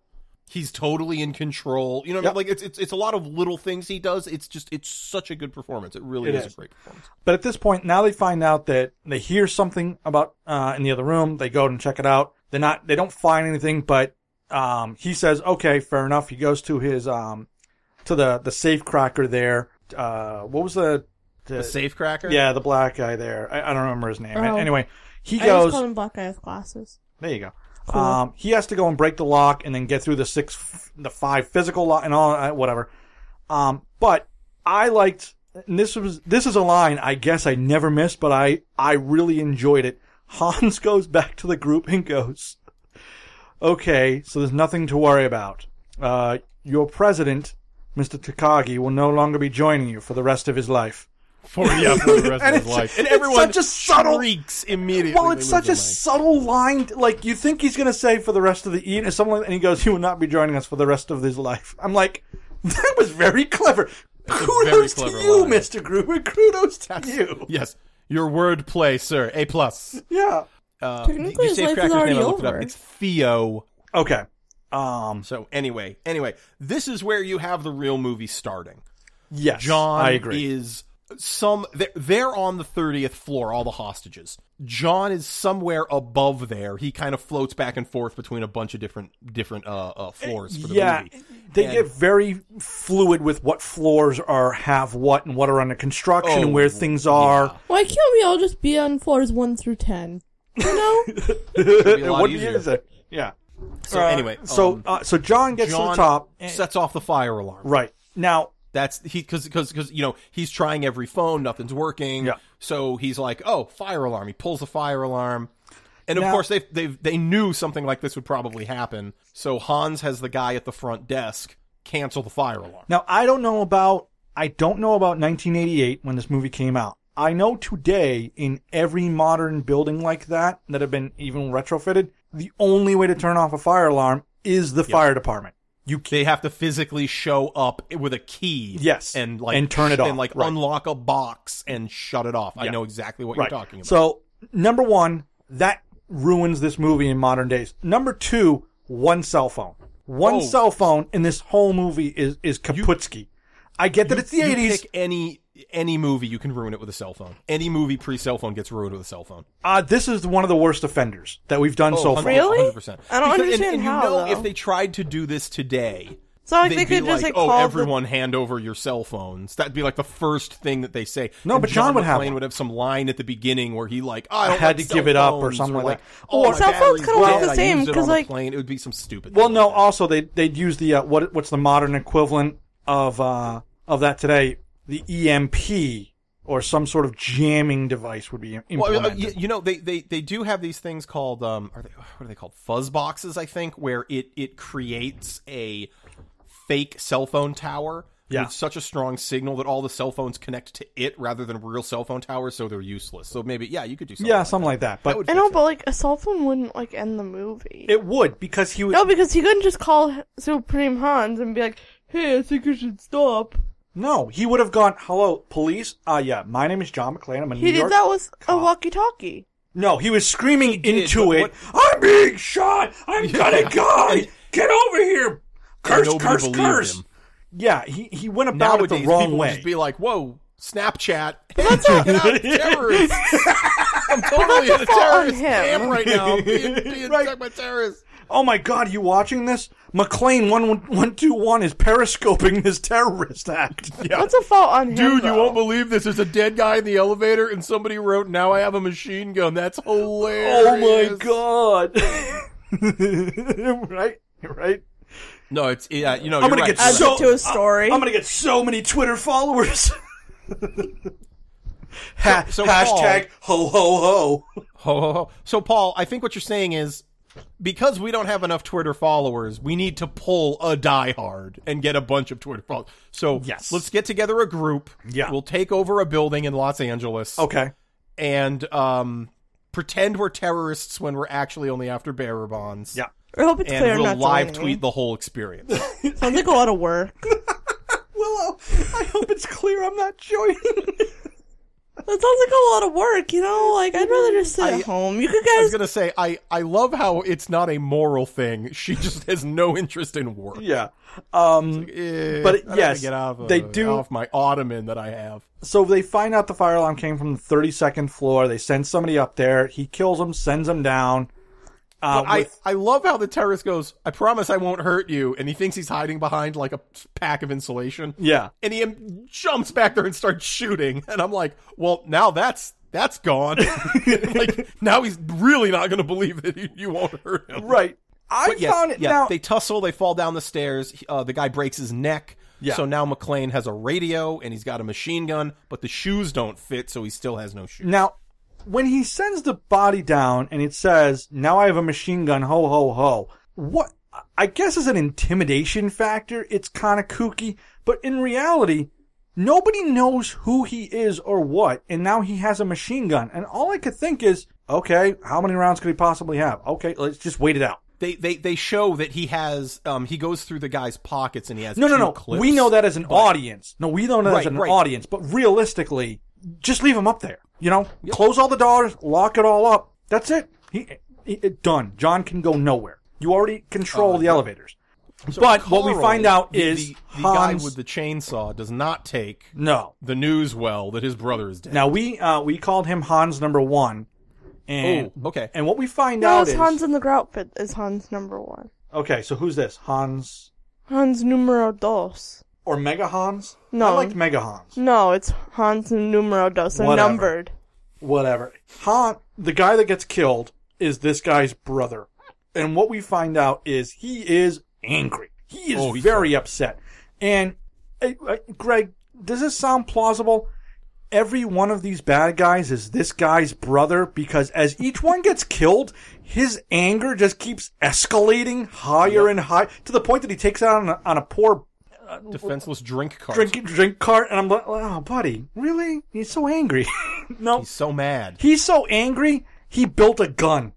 [SPEAKER 3] He's totally in control. You know, what I
[SPEAKER 2] Yep.
[SPEAKER 3] mean? like it's, it's it's a lot of little things he does. It's just it's such a good performance. It really
[SPEAKER 2] It
[SPEAKER 3] is,
[SPEAKER 2] is.
[SPEAKER 3] a great performance.
[SPEAKER 2] But at this point, now they find out that they hear something about uh, in the other room. They go and check it out. They're not. They don't find anything. But um, he says, "Okay, fair enough." He goes to his um, to the the safe cracker there. Uh, what was the, the,
[SPEAKER 3] The safecracker.
[SPEAKER 2] Yeah, the black guy there. I, I don't remember his name.
[SPEAKER 4] Oh.
[SPEAKER 2] Anyway, he
[SPEAKER 4] I just
[SPEAKER 2] goes.
[SPEAKER 4] call him Black Guy with glasses.
[SPEAKER 2] There you go. Um, he has to go and break the lock and then get through the six, the five physical lock and all uh, whatever. Um, but I liked, and this was this is a line I guess I never missed, but I I really enjoyed it. Hans goes back to the group and goes, "Okay, so there's nothing to worry about. Uh, your president, Mr. Takagi, will no longer be joining you for the rest of his life."
[SPEAKER 3] for, yeah, for the rest of his life. And
[SPEAKER 2] it's
[SPEAKER 3] everyone
[SPEAKER 2] such a subtle-
[SPEAKER 3] shrieks immediately.
[SPEAKER 2] Well,
[SPEAKER 3] they
[SPEAKER 2] it's
[SPEAKER 3] lose
[SPEAKER 2] such a
[SPEAKER 3] their mind.
[SPEAKER 2] subtle line. Like you think he's gonna say for the rest of the evening, someone, and he goes, "He will not be joining us for the rest of his life." I'm like, that was very clever. Kudos
[SPEAKER 3] very clever
[SPEAKER 2] to you,
[SPEAKER 3] line.
[SPEAKER 2] Mister Gruber. Kudos to you.
[SPEAKER 3] yes. Your word play, sir. A plus.
[SPEAKER 2] Yeah.
[SPEAKER 3] Uh,
[SPEAKER 4] Technically, his life is already
[SPEAKER 3] I looked it
[SPEAKER 4] over.
[SPEAKER 3] up. It's Theo.
[SPEAKER 2] Okay. Um.
[SPEAKER 3] So anyway, anyway, this is where you have the real movie starting.
[SPEAKER 2] Yes.
[SPEAKER 3] John
[SPEAKER 2] I agree.
[SPEAKER 3] is some they're, they're on the 30th floor all the hostages. John is somewhere above there. He kind of floats back and forth between a bunch of different different uh, uh floors for the
[SPEAKER 2] yeah.
[SPEAKER 3] movie.
[SPEAKER 2] They
[SPEAKER 3] And-
[SPEAKER 2] get very fluid with what floors are have what and what are under construction and
[SPEAKER 3] Oh,
[SPEAKER 2] where things are.
[SPEAKER 3] yeah.
[SPEAKER 5] Why can't we all just be on floors one through ten? You know?
[SPEAKER 3] It'd be a lot
[SPEAKER 2] What
[SPEAKER 3] easier.
[SPEAKER 2] is it? Yeah.
[SPEAKER 3] So
[SPEAKER 2] Uh,
[SPEAKER 3] anyway,
[SPEAKER 2] so
[SPEAKER 3] um,
[SPEAKER 2] uh, so John gets to
[SPEAKER 3] John
[SPEAKER 2] the top. and-
[SPEAKER 3] sets off the fire alarm.
[SPEAKER 2] right now,
[SPEAKER 3] That's he because because because you know he's trying every phone, nothing's working.
[SPEAKER 2] Yeah.
[SPEAKER 3] So he's like, oh, fire alarm. He pulls the fire alarm, and
[SPEAKER 2] Now-
[SPEAKER 3] of course they they they knew something like this would probably happen. So Hans has the guy at the front desk cancel the fire alarm.
[SPEAKER 2] Now I don't know about I don't know about 1988 when this movie came out. I know today in every modern building like that that have been even retrofitted, the only way to turn off a fire alarm is the fire department.
[SPEAKER 3] You they have to physically show up with a key.
[SPEAKER 2] Yes.
[SPEAKER 3] and like
[SPEAKER 2] And turn it off.
[SPEAKER 3] and like
[SPEAKER 2] Right.
[SPEAKER 3] unlock a box and shut it off. I
[SPEAKER 2] Yeah.
[SPEAKER 3] know exactly what
[SPEAKER 2] Right.
[SPEAKER 3] you're talking about.
[SPEAKER 2] So number one, that ruins this movie in modern days. Number two, one cell phone. One
[SPEAKER 3] Oh.
[SPEAKER 2] cell phone in this whole movie is is Kaputski. I get that it's the
[SPEAKER 3] you
[SPEAKER 2] 80s.
[SPEAKER 3] pick any any movie, you can ruin it with a cell phone. Any movie pre cell phone gets ruined with a cell phone.
[SPEAKER 2] uh, this is one of the worst offenders that we've
[SPEAKER 3] Oh,
[SPEAKER 2] done so far.
[SPEAKER 4] Oh, Really?
[SPEAKER 3] 100%.
[SPEAKER 4] I don't
[SPEAKER 3] Because- and-
[SPEAKER 4] understand
[SPEAKER 3] and,
[SPEAKER 4] how,
[SPEAKER 3] you know,
[SPEAKER 4] though.
[SPEAKER 3] if they tried to do this today,
[SPEAKER 4] So like
[SPEAKER 3] they'd
[SPEAKER 4] they could
[SPEAKER 3] be
[SPEAKER 4] just
[SPEAKER 3] like,
[SPEAKER 4] like
[SPEAKER 3] "Oh,
[SPEAKER 4] call
[SPEAKER 3] everyone, hand over your cell phones." That'd be like the first thing that they say.
[SPEAKER 2] No,
[SPEAKER 3] And
[SPEAKER 2] but John would have
[SPEAKER 3] McClane
[SPEAKER 2] one.
[SPEAKER 3] would have some line at the beginning where he like, "I, don't
[SPEAKER 2] had
[SPEAKER 3] like
[SPEAKER 2] to
[SPEAKER 3] cell
[SPEAKER 2] give it up," or
[SPEAKER 3] phones,"
[SPEAKER 2] something like
[SPEAKER 3] like,
[SPEAKER 2] that.
[SPEAKER 3] "Oh,
[SPEAKER 2] Well,
[SPEAKER 3] my
[SPEAKER 2] cell
[SPEAKER 4] phones
[SPEAKER 3] battery's
[SPEAKER 4] kinda work
[SPEAKER 3] dead.
[SPEAKER 4] the
[SPEAKER 3] I
[SPEAKER 4] same,
[SPEAKER 3] used it
[SPEAKER 4] 'cause,
[SPEAKER 3] on a
[SPEAKER 4] like-
[SPEAKER 3] plane. it would be some stupid.
[SPEAKER 2] Well,
[SPEAKER 3] thing
[SPEAKER 2] no.
[SPEAKER 3] like that.
[SPEAKER 2] Also, they they'd use the uh, what what's the modern equivalent of uh, of that today? The EMP or some sort of jamming device would be im-
[SPEAKER 3] Well, uh,
[SPEAKER 2] implemented.
[SPEAKER 3] you, you know they, they they do have these things called um are they what are they called fuzz boxes I think where it it creates a fake cell phone tower
[SPEAKER 2] Yeah.
[SPEAKER 3] with such a strong signal that all the cell phones connect to it rather than real cell phone towers, so they're useless. So maybe, yeah, you could do something.
[SPEAKER 2] yeah,
[SPEAKER 3] like
[SPEAKER 2] something like that. But
[SPEAKER 3] That would-
[SPEAKER 4] I know, but like a cell phone wouldn't like end the movie.
[SPEAKER 2] it would because he would.
[SPEAKER 4] no, because he couldn't just call H- Supreme Hans and be like, "Hey, I think you should stop."
[SPEAKER 2] No, he would have gone, "Hello, police. Uh yeah, my name is John McClane. I'm a
[SPEAKER 4] He
[SPEAKER 2] New
[SPEAKER 4] did
[SPEAKER 2] York."
[SPEAKER 4] that with
[SPEAKER 2] cop."
[SPEAKER 4] a walkie-talkie.
[SPEAKER 2] No, he was screaming into
[SPEAKER 3] but
[SPEAKER 2] it. I'm being shot. I'm gonna die. Get over here.
[SPEAKER 3] And
[SPEAKER 2] Curse,
[SPEAKER 3] nobody
[SPEAKER 2] curse,
[SPEAKER 3] believed
[SPEAKER 2] curse.
[SPEAKER 3] him.
[SPEAKER 2] Yeah, he he went about
[SPEAKER 3] Nowadays,
[SPEAKER 2] it the wrong
[SPEAKER 3] people would
[SPEAKER 2] way.
[SPEAKER 3] just be like, "Whoa, Snapchat! That's checking out terrorists. I'm totally in a
[SPEAKER 4] fault on
[SPEAKER 3] terrorist
[SPEAKER 4] him.
[SPEAKER 3] camp right now. I'm being, being
[SPEAKER 2] Right.
[SPEAKER 3] attacked by terrorists."
[SPEAKER 2] oh my god, you watching this? McClane one one two one is periscoping this terrorist act. Yeah.
[SPEAKER 4] What's a fault on him?
[SPEAKER 3] Dude, you
[SPEAKER 4] though?
[SPEAKER 3] won't believe this. There's a dead guy in the elevator, and somebody wrote, "Now I have a machine gun." That's
[SPEAKER 2] Oh
[SPEAKER 3] hilarious.
[SPEAKER 2] my god. right, right.
[SPEAKER 3] No, it's yeah. You know,
[SPEAKER 2] I'm gonna
[SPEAKER 3] you're
[SPEAKER 2] get
[SPEAKER 3] right.
[SPEAKER 4] Adds
[SPEAKER 2] so
[SPEAKER 4] up to a story.
[SPEAKER 2] I'm gonna get so many Twitter followers. ha-
[SPEAKER 3] So- so
[SPEAKER 2] hashtag ho ho ho.
[SPEAKER 3] Ho, ho, ho. So, Paul, I think what you're saying is because we don't have enough Twitter followers, we need to pull a diehard and get a bunch of Twitter followers. So,
[SPEAKER 2] Yes.
[SPEAKER 3] let's get together a group.
[SPEAKER 2] Yeah. Oh.
[SPEAKER 3] We'll take over a building in Los Angeles
[SPEAKER 2] Okay.
[SPEAKER 3] and um, pretend we're terrorists when we're actually only after bearer bonds.
[SPEAKER 2] Yeah.
[SPEAKER 4] I hope it's
[SPEAKER 3] And
[SPEAKER 4] clear. I'm
[SPEAKER 3] we'll
[SPEAKER 4] not
[SPEAKER 3] live
[SPEAKER 4] joining.
[SPEAKER 3] tweet the whole experience.
[SPEAKER 4] Sounds like a lot of work.
[SPEAKER 2] Willow, I hope it's clear I'm not joining.
[SPEAKER 4] That sounds like a lot of work, you know? Like, I'd rather just sit
[SPEAKER 3] I-
[SPEAKER 4] at home. You could
[SPEAKER 3] I was
[SPEAKER 4] guys.
[SPEAKER 3] gonna say I I love how it's not a moral thing. She just has no interest in work.
[SPEAKER 2] yeah. Um.
[SPEAKER 3] Eh,
[SPEAKER 2] But
[SPEAKER 3] I gotta
[SPEAKER 2] yes,
[SPEAKER 3] get off of-
[SPEAKER 2] they do-
[SPEAKER 3] off my ottoman that I have.
[SPEAKER 2] So they find out the fire alarm came from the 32nd floor. They send somebody up there. He kills him, sends him down. Uh,
[SPEAKER 3] I,
[SPEAKER 2] with-
[SPEAKER 3] I love how the terrorist goes, I promise I won't hurt you. And he thinks he's hiding behind like a pack of insulation.
[SPEAKER 2] yeah.
[SPEAKER 3] And he um, jumps back there and starts shooting. And I'm like, well, now that's that's gone. like, now he's really not going to believe that you, you won't hurt him.
[SPEAKER 2] Right. I
[SPEAKER 3] Yes,
[SPEAKER 2] found it
[SPEAKER 3] yeah,
[SPEAKER 2] now.
[SPEAKER 3] They tussle, they fall down the stairs. He- Uh, the guy breaks his neck.
[SPEAKER 2] Yeah.
[SPEAKER 3] So now McLean has a radio and he's got a machine gun, but the shoes don't fit, so he still has no shoes.
[SPEAKER 2] Now, when he sends the body down and it says, "Now I have a machine gun, ho ho ho," what I guess is an intimidation factor. It's kind of kooky, but in reality, nobody knows who he is or what, and now he has a machine gun. And all I could think is, okay, how many rounds could he possibly have? Okay, let's just wait it out.
[SPEAKER 3] They, they they show that he has um he goes through the guy's pockets and he has
[SPEAKER 2] No, no,
[SPEAKER 3] two
[SPEAKER 2] no.
[SPEAKER 3] clips.
[SPEAKER 2] we know that as an audience. No, we know that
[SPEAKER 3] Right,
[SPEAKER 2] as an
[SPEAKER 3] right.
[SPEAKER 2] audience. But realistically, just leave him up there. You know, close all the doors, lock it all up. That's it. He, he it- done. John can go nowhere. You already control the elevators. but what we
[SPEAKER 3] Oh, Carl,
[SPEAKER 2] find out
[SPEAKER 3] the-
[SPEAKER 2] is
[SPEAKER 3] the, the guy
[SPEAKER 2] Hans.
[SPEAKER 3] with the chainsaw does not take
[SPEAKER 2] no.
[SPEAKER 3] the news well that his brother is dead.
[SPEAKER 2] Now we uh, we called him Hans number one. And,
[SPEAKER 3] Oh, okay.
[SPEAKER 2] And what we find
[SPEAKER 4] No,
[SPEAKER 2] out
[SPEAKER 4] it's
[SPEAKER 2] is
[SPEAKER 4] Hans in the Groutfit is Hans number one.
[SPEAKER 2] okay. So who's this? Hans
[SPEAKER 4] Hans numero dos.
[SPEAKER 2] or Mega Hans?
[SPEAKER 4] No.
[SPEAKER 2] I like Mega Hans.
[SPEAKER 4] No, it's Hans numero dos. They're
[SPEAKER 2] Whatever.
[SPEAKER 4] numbered.
[SPEAKER 2] whatever. Han, the guy that gets killed, is this guy's brother. And what we find out is he is angry. He is
[SPEAKER 3] Oh, he's
[SPEAKER 2] very upset. And uh, uh, Greg, does this sound plausible? Every one of these bad guys is this guy's brother because as each one gets killed, his anger just keeps escalating higher and higher to the point that he takes it out on a, on a poor
[SPEAKER 3] Defenseless drink cart.
[SPEAKER 2] drink drink cart. And I'm like, oh, buddy, really? He's so angry. no,
[SPEAKER 3] He's so mad.
[SPEAKER 2] He's so angry, he built a gun.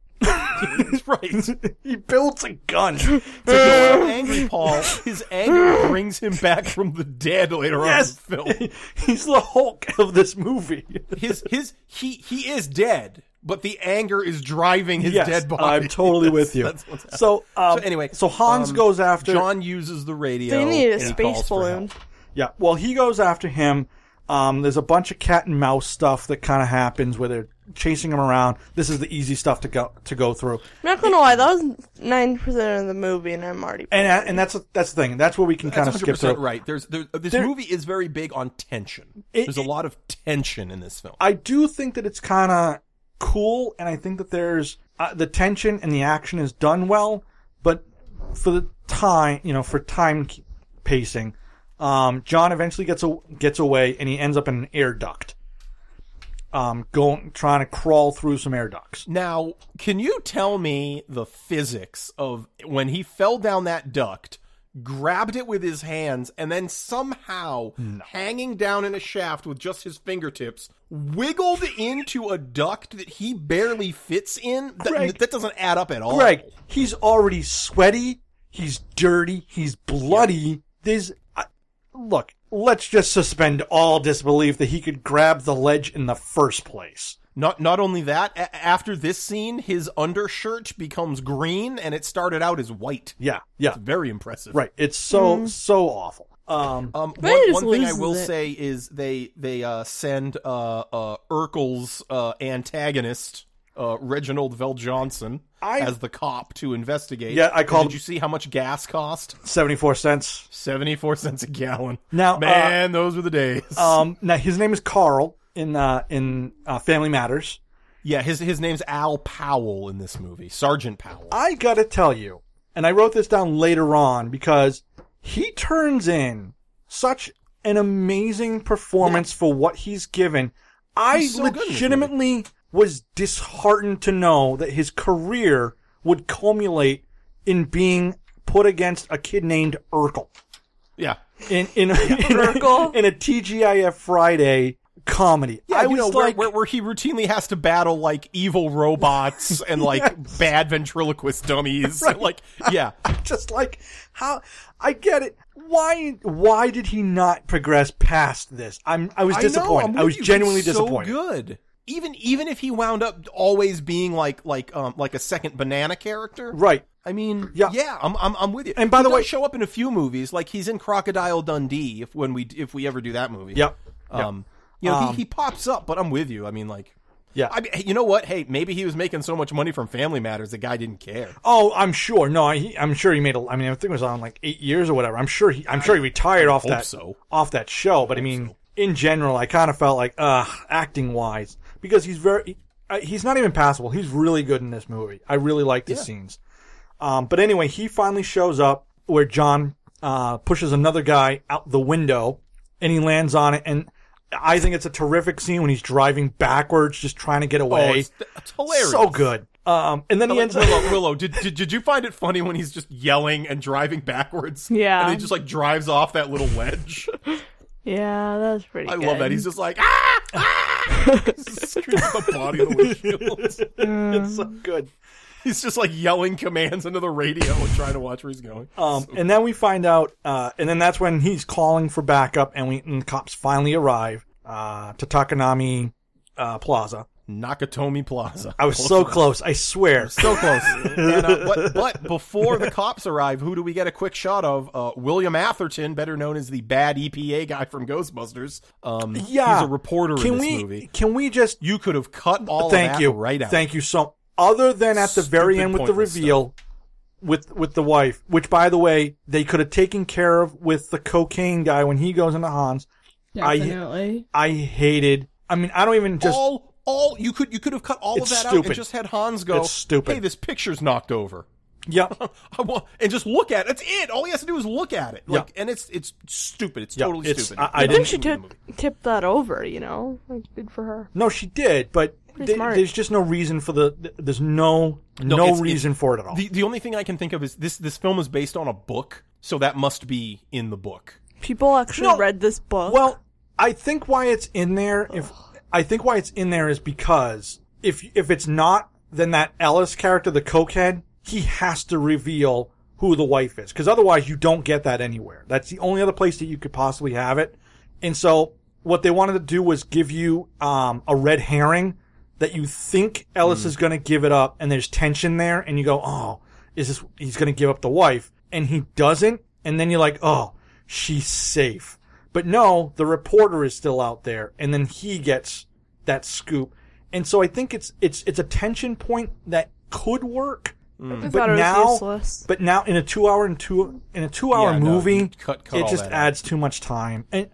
[SPEAKER 3] He's right.
[SPEAKER 2] he built a gun.
[SPEAKER 3] So angry Paul, his anger brings him back from the dead later
[SPEAKER 2] yes.
[SPEAKER 3] on in the film.
[SPEAKER 2] He's the Hulk of this movie.
[SPEAKER 3] His his he he is dead, but the anger is driving his
[SPEAKER 2] yes,
[SPEAKER 3] dead body.
[SPEAKER 2] I'm totally
[SPEAKER 3] That's-
[SPEAKER 2] with you.
[SPEAKER 3] that's what's happening.
[SPEAKER 2] so, um,
[SPEAKER 3] so anyway,
[SPEAKER 2] so Hans
[SPEAKER 3] um,
[SPEAKER 2] goes after
[SPEAKER 3] John uses the radio.
[SPEAKER 4] They need a
[SPEAKER 3] and he
[SPEAKER 4] space
[SPEAKER 3] calls for
[SPEAKER 4] balloon.
[SPEAKER 3] help.
[SPEAKER 2] Yeah, well, he goes after him. Um, there's a bunch of cat and mouse stuff that kind of happens where they're chasing him around. This is the easy stuff to go to go through.
[SPEAKER 4] I'm not gonna lie, that was 90% of the movie, and I'm already.
[SPEAKER 2] And and that's that's the thing. That's where we can kind
[SPEAKER 3] That's
[SPEAKER 2] of
[SPEAKER 3] 100
[SPEAKER 2] skip through.
[SPEAKER 3] percent right. There's there, this
[SPEAKER 2] There-
[SPEAKER 3] movie is very big on tension.
[SPEAKER 2] It-
[SPEAKER 3] There's a
[SPEAKER 2] it-
[SPEAKER 3] lot of tension in this film.
[SPEAKER 2] I do think that it's kind of cool, and I think that there's uh, the tension and the action is done well, but for the time, you know, for time k- pacing, um, John eventually gets a, gets away, and he ends up in an air duct, um, going trying to crawl through some air ducts.
[SPEAKER 3] Now, can you tell me the physics of when he fell down that duct? grabbed it with his hands, and then somehow, hanging down in a shaft with just his fingertips, wiggled into a duct that he barely fits in. That,
[SPEAKER 2] Greg.
[SPEAKER 3] that doesn't add up at all.
[SPEAKER 2] Greg, he's already sweaty. He's dirty. He's bloody. There's, I, look, let's just suspend all disbelief that he could grab the ledge in the first place.
[SPEAKER 3] Not not only that, a- after this scene, his undershirt becomes green, and it started out as white.
[SPEAKER 2] Yeah, yeah,
[SPEAKER 3] Very impressive.
[SPEAKER 2] right. It's so
[SPEAKER 3] Mm.
[SPEAKER 2] so awful. Um,
[SPEAKER 3] Um,
[SPEAKER 5] But
[SPEAKER 3] one,
[SPEAKER 5] it
[SPEAKER 3] one
[SPEAKER 5] just
[SPEAKER 3] thing I
[SPEAKER 5] loses
[SPEAKER 3] will
[SPEAKER 5] it.
[SPEAKER 3] say is they they uh, send uh, uh, Urkel's uh, antagonist uh, Reginald Vell Johnson
[SPEAKER 2] I-
[SPEAKER 3] as the cop to investigate.
[SPEAKER 2] Yeah, I
[SPEAKER 3] And
[SPEAKER 2] called-
[SPEAKER 3] Did you see how much gas cost?
[SPEAKER 2] seventy four cents.
[SPEAKER 3] Seventy four cents a gallon.
[SPEAKER 2] Now, uh,
[SPEAKER 3] man, those were the days.
[SPEAKER 2] Um, now his name is Carl in uh, in uh, Family Matters.
[SPEAKER 3] yeah, his his name's Al Powell in this movie, Sergeant Powell.
[SPEAKER 2] I gotta tell you, and I wrote this down later on because he turns in such an amazing performance for what he's given. I
[SPEAKER 3] He's so good in this
[SPEAKER 2] legitimately was disheartened to know that his career would culminate in being put against a kid named Urkel
[SPEAKER 3] yeah,
[SPEAKER 2] in in, in,
[SPEAKER 4] Urkel?
[SPEAKER 2] in a TGIF Friday comedy.
[SPEAKER 3] Yeah,
[SPEAKER 2] I
[SPEAKER 3] you
[SPEAKER 2] was
[SPEAKER 3] know, where,
[SPEAKER 2] like,
[SPEAKER 3] where, where he routinely has to battle like evil robots and like bad ventriloquist dummies. Like, yeah,
[SPEAKER 2] just like how I get it. Why? Why did he not progress past this? I'm. I was disappointed.
[SPEAKER 3] know, I'm
[SPEAKER 2] I, was
[SPEAKER 3] with you.
[SPEAKER 2] genuinely
[SPEAKER 3] He's so
[SPEAKER 2] disappointed.
[SPEAKER 3] good. Even even if he wound up always being like like um like a second banana character,
[SPEAKER 2] Right.
[SPEAKER 3] I mean,
[SPEAKER 2] Yeah.
[SPEAKER 3] yeah, I'm, I'm I'm with you.
[SPEAKER 2] And by
[SPEAKER 3] He
[SPEAKER 2] the
[SPEAKER 3] does
[SPEAKER 2] way-
[SPEAKER 3] show up in a few movies. Like he's in Crocodile Dundee. If when we if we ever do that movie,
[SPEAKER 2] Yep.
[SPEAKER 3] Um, you know,
[SPEAKER 2] Um,
[SPEAKER 3] he, he pops up, but I'm with you. I mean, like,
[SPEAKER 2] Yeah.
[SPEAKER 3] I mean, you know what? Hey, maybe he was making so much money from Family Matters, the guy didn't care.
[SPEAKER 2] oh, I'm sure. No, I, he- I'm sure he made. A, I mean, I think it was on like eight years or whatever. I'm sure. He, I'm sure he retired off
[SPEAKER 3] hope
[SPEAKER 2] that
[SPEAKER 3] so.
[SPEAKER 2] off that show. But I, mean, in general, I kind of felt like, uh, acting wise, because he's very. he- uh, He's not even passable. He's really good in this movie. I really like his scenes. Um, but anyway, he finally shows up where John uh, pushes another guy out the window, and he lands on it. And I think it's a terrific scene when he's driving backwards, just trying to get
[SPEAKER 3] Oh,
[SPEAKER 2] away.
[SPEAKER 3] it's, it's hilarious.
[SPEAKER 2] so good. Um, and then he ends up.
[SPEAKER 3] Willow, Willow, did, did did you find it funny when he's just yelling and driving backwards?
[SPEAKER 5] Yeah.
[SPEAKER 3] and he just like drives off that little wedge.
[SPEAKER 5] Yeah, that's pretty.
[SPEAKER 3] I
[SPEAKER 5] good.
[SPEAKER 3] love that. He's just like ah, ah! screaming at the body of the windshield.
[SPEAKER 2] it's so good.
[SPEAKER 3] He's just like yelling commands into the radio and trying to watch where he's going.
[SPEAKER 2] Um, and then we find out, uh, and then that's when he's calling for backup, and we and the cops finally arrive uh, to Takanami uh, Plaza.
[SPEAKER 3] Nakatomi Plaza.
[SPEAKER 2] I was so close, I swear.
[SPEAKER 3] So close. And, uh, but, but before the cops arrive, who do we get a quick shot of? Uh, William Atherton, better known as the bad EPA guy from Ghostbusters. Um,
[SPEAKER 2] Yeah,
[SPEAKER 3] he's a reporter
[SPEAKER 2] Can
[SPEAKER 3] in this
[SPEAKER 2] we
[SPEAKER 3] movie.
[SPEAKER 2] can we just
[SPEAKER 3] You could have cut all of
[SPEAKER 2] thank
[SPEAKER 3] that
[SPEAKER 2] you
[SPEAKER 3] right out.
[SPEAKER 2] Thank you so. Other than at the very
[SPEAKER 3] Stupid
[SPEAKER 2] end with the
[SPEAKER 3] pointless
[SPEAKER 2] reveal, with with the wife, which by the way they could have taken care of with the cocaine guy when he goes into Hans. I-
[SPEAKER 5] Definitely.
[SPEAKER 2] I hated. I mean, I don't even just.
[SPEAKER 3] all all you could you could have cut all of
[SPEAKER 2] It's
[SPEAKER 3] that out
[SPEAKER 2] stupid.
[SPEAKER 3] and just had Hans go.
[SPEAKER 2] It's stupid.
[SPEAKER 3] Hey, this picture's knocked over.
[SPEAKER 2] Yep.
[SPEAKER 3] I want, and just look at it. That's it. All he has to do is look at it. Like, and it's it's stupid. It's
[SPEAKER 2] Yeah,
[SPEAKER 3] totally
[SPEAKER 2] it's-
[SPEAKER 3] stupid.
[SPEAKER 2] I- I
[SPEAKER 5] I think
[SPEAKER 2] didn't
[SPEAKER 5] she took tipped that over. You know, like, good for her.
[SPEAKER 2] No, she did, but th-
[SPEAKER 5] smart.
[SPEAKER 2] there's just no reason for the. th- There's no no,
[SPEAKER 3] it's- it's-
[SPEAKER 2] reason for it at all.
[SPEAKER 3] The the only thing I can think of is this this film is based on a book, so that must be in the book.
[SPEAKER 4] People actually
[SPEAKER 2] No.
[SPEAKER 4] read this book.
[SPEAKER 2] well, I think why it's in there. If I think why it's in there is because if if it's not, then that Ellis character, the cokehead, he has to reveal who the wife is, because otherwise you don't get that anywhere. That's the only other place that you could possibly have it. And so what they wanted to do was give you um, a red herring that you think Ellis is going to give it up, and there's tension there, and you go, "Oh, is this? He's going to give up the wife," and he doesn't, and then you're like, "Oh, she's safe." But no, the reporter is still out there, and then he gets that scoop, and so I think it's it's it's a tension point that could work,
[SPEAKER 4] I
[SPEAKER 2] but
[SPEAKER 4] thought it was
[SPEAKER 2] now,
[SPEAKER 4] useless.
[SPEAKER 2] but now in a two hour and two in a two hour
[SPEAKER 3] Yeah, no,
[SPEAKER 2] movie,
[SPEAKER 3] you cut- cut
[SPEAKER 2] it
[SPEAKER 3] all
[SPEAKER 2] just
[SPEAKER 3] that out.
[SPEAKER 2] adds too much time, and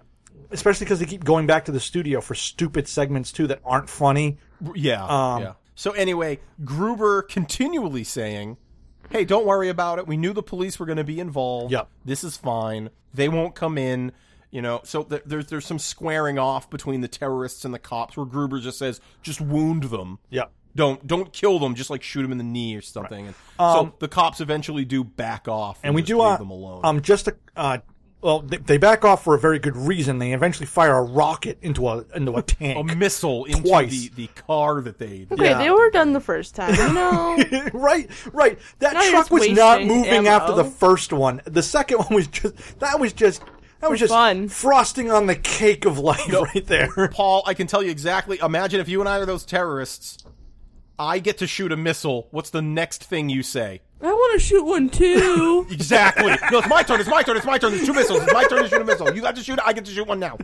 [SPEAKER 2] especially because they keep going back to the studio for stupid segments too that aren't funny.
[SPEAKER 3] Yeah. yeah. Um, So anyway, Gruber continually saying, "Hey, don't worry about it. We knew the police were going to be involved.
[SPEAKER 2] Yep.
[SPEAKER 3] This is fine. They won't come in." You know, so th- there's there's some squaring off between the terrorists and the cops, where Gruber just says, "Just wound them.
[SPEAKER 2] Yep.
[SPEAKER 3] Don't don't kill them. Just like shoot them in the knee or something. And so the cops eventually do back off,
[SPEAKER 2] Um,
[SPEAKER 3] and,
[SPEAKER 2] and we
[SPEAKER 3] just
[SPEAKER 2] do
[SPEAKER 3] leave
[SPEAKER 2] uh,
[SPEAKER 3] them alone.
[SPEAKER 2] Um, just a, uh, well, they, they back off for a very good reason. They eventually fire a rocket into a into a
[SPEAKER 3] a
[SPEAKER 2] tank,
[SPEAKER 3] missile into
[SPEAKER 2] Twice.
[SPEAKER 3] the, the car that they. that
[SPEAKER 5] Okay,
[SPEAKER 2] Yeah.
[SPEAKER 5] they were done the first time. You know,
[SPEAKER 2] right? Right. That
[SPEAKER 5] Now you're
[SPEAKER 2] truck
[SPEAKER 5] just
[SPEAKER 2] was not
[SPEAKER 5] wasting
[SPEAKER 2] moving
[SPEAKER 5] ammo.
[SPEAKER 2] after the first one. The second one was just that was just that was just
[SPEAKER 5] fun.
[SPEAKER 2] frosting on the cake of life right there.
[SPEAKER 3] Paul, I can tell you exactly. Imagine if you and I are those terrorists. I get to shoot a missile. What's the next thing you say?
[SPEAKER 4] I want to shoot one too.
[SPEAKER 3] Exactly. no, it's my turn. It's my turn. It's my turn. There's two missiles. It's my turn to shoot a missile. You got to shoot. it, I get to shoot one now.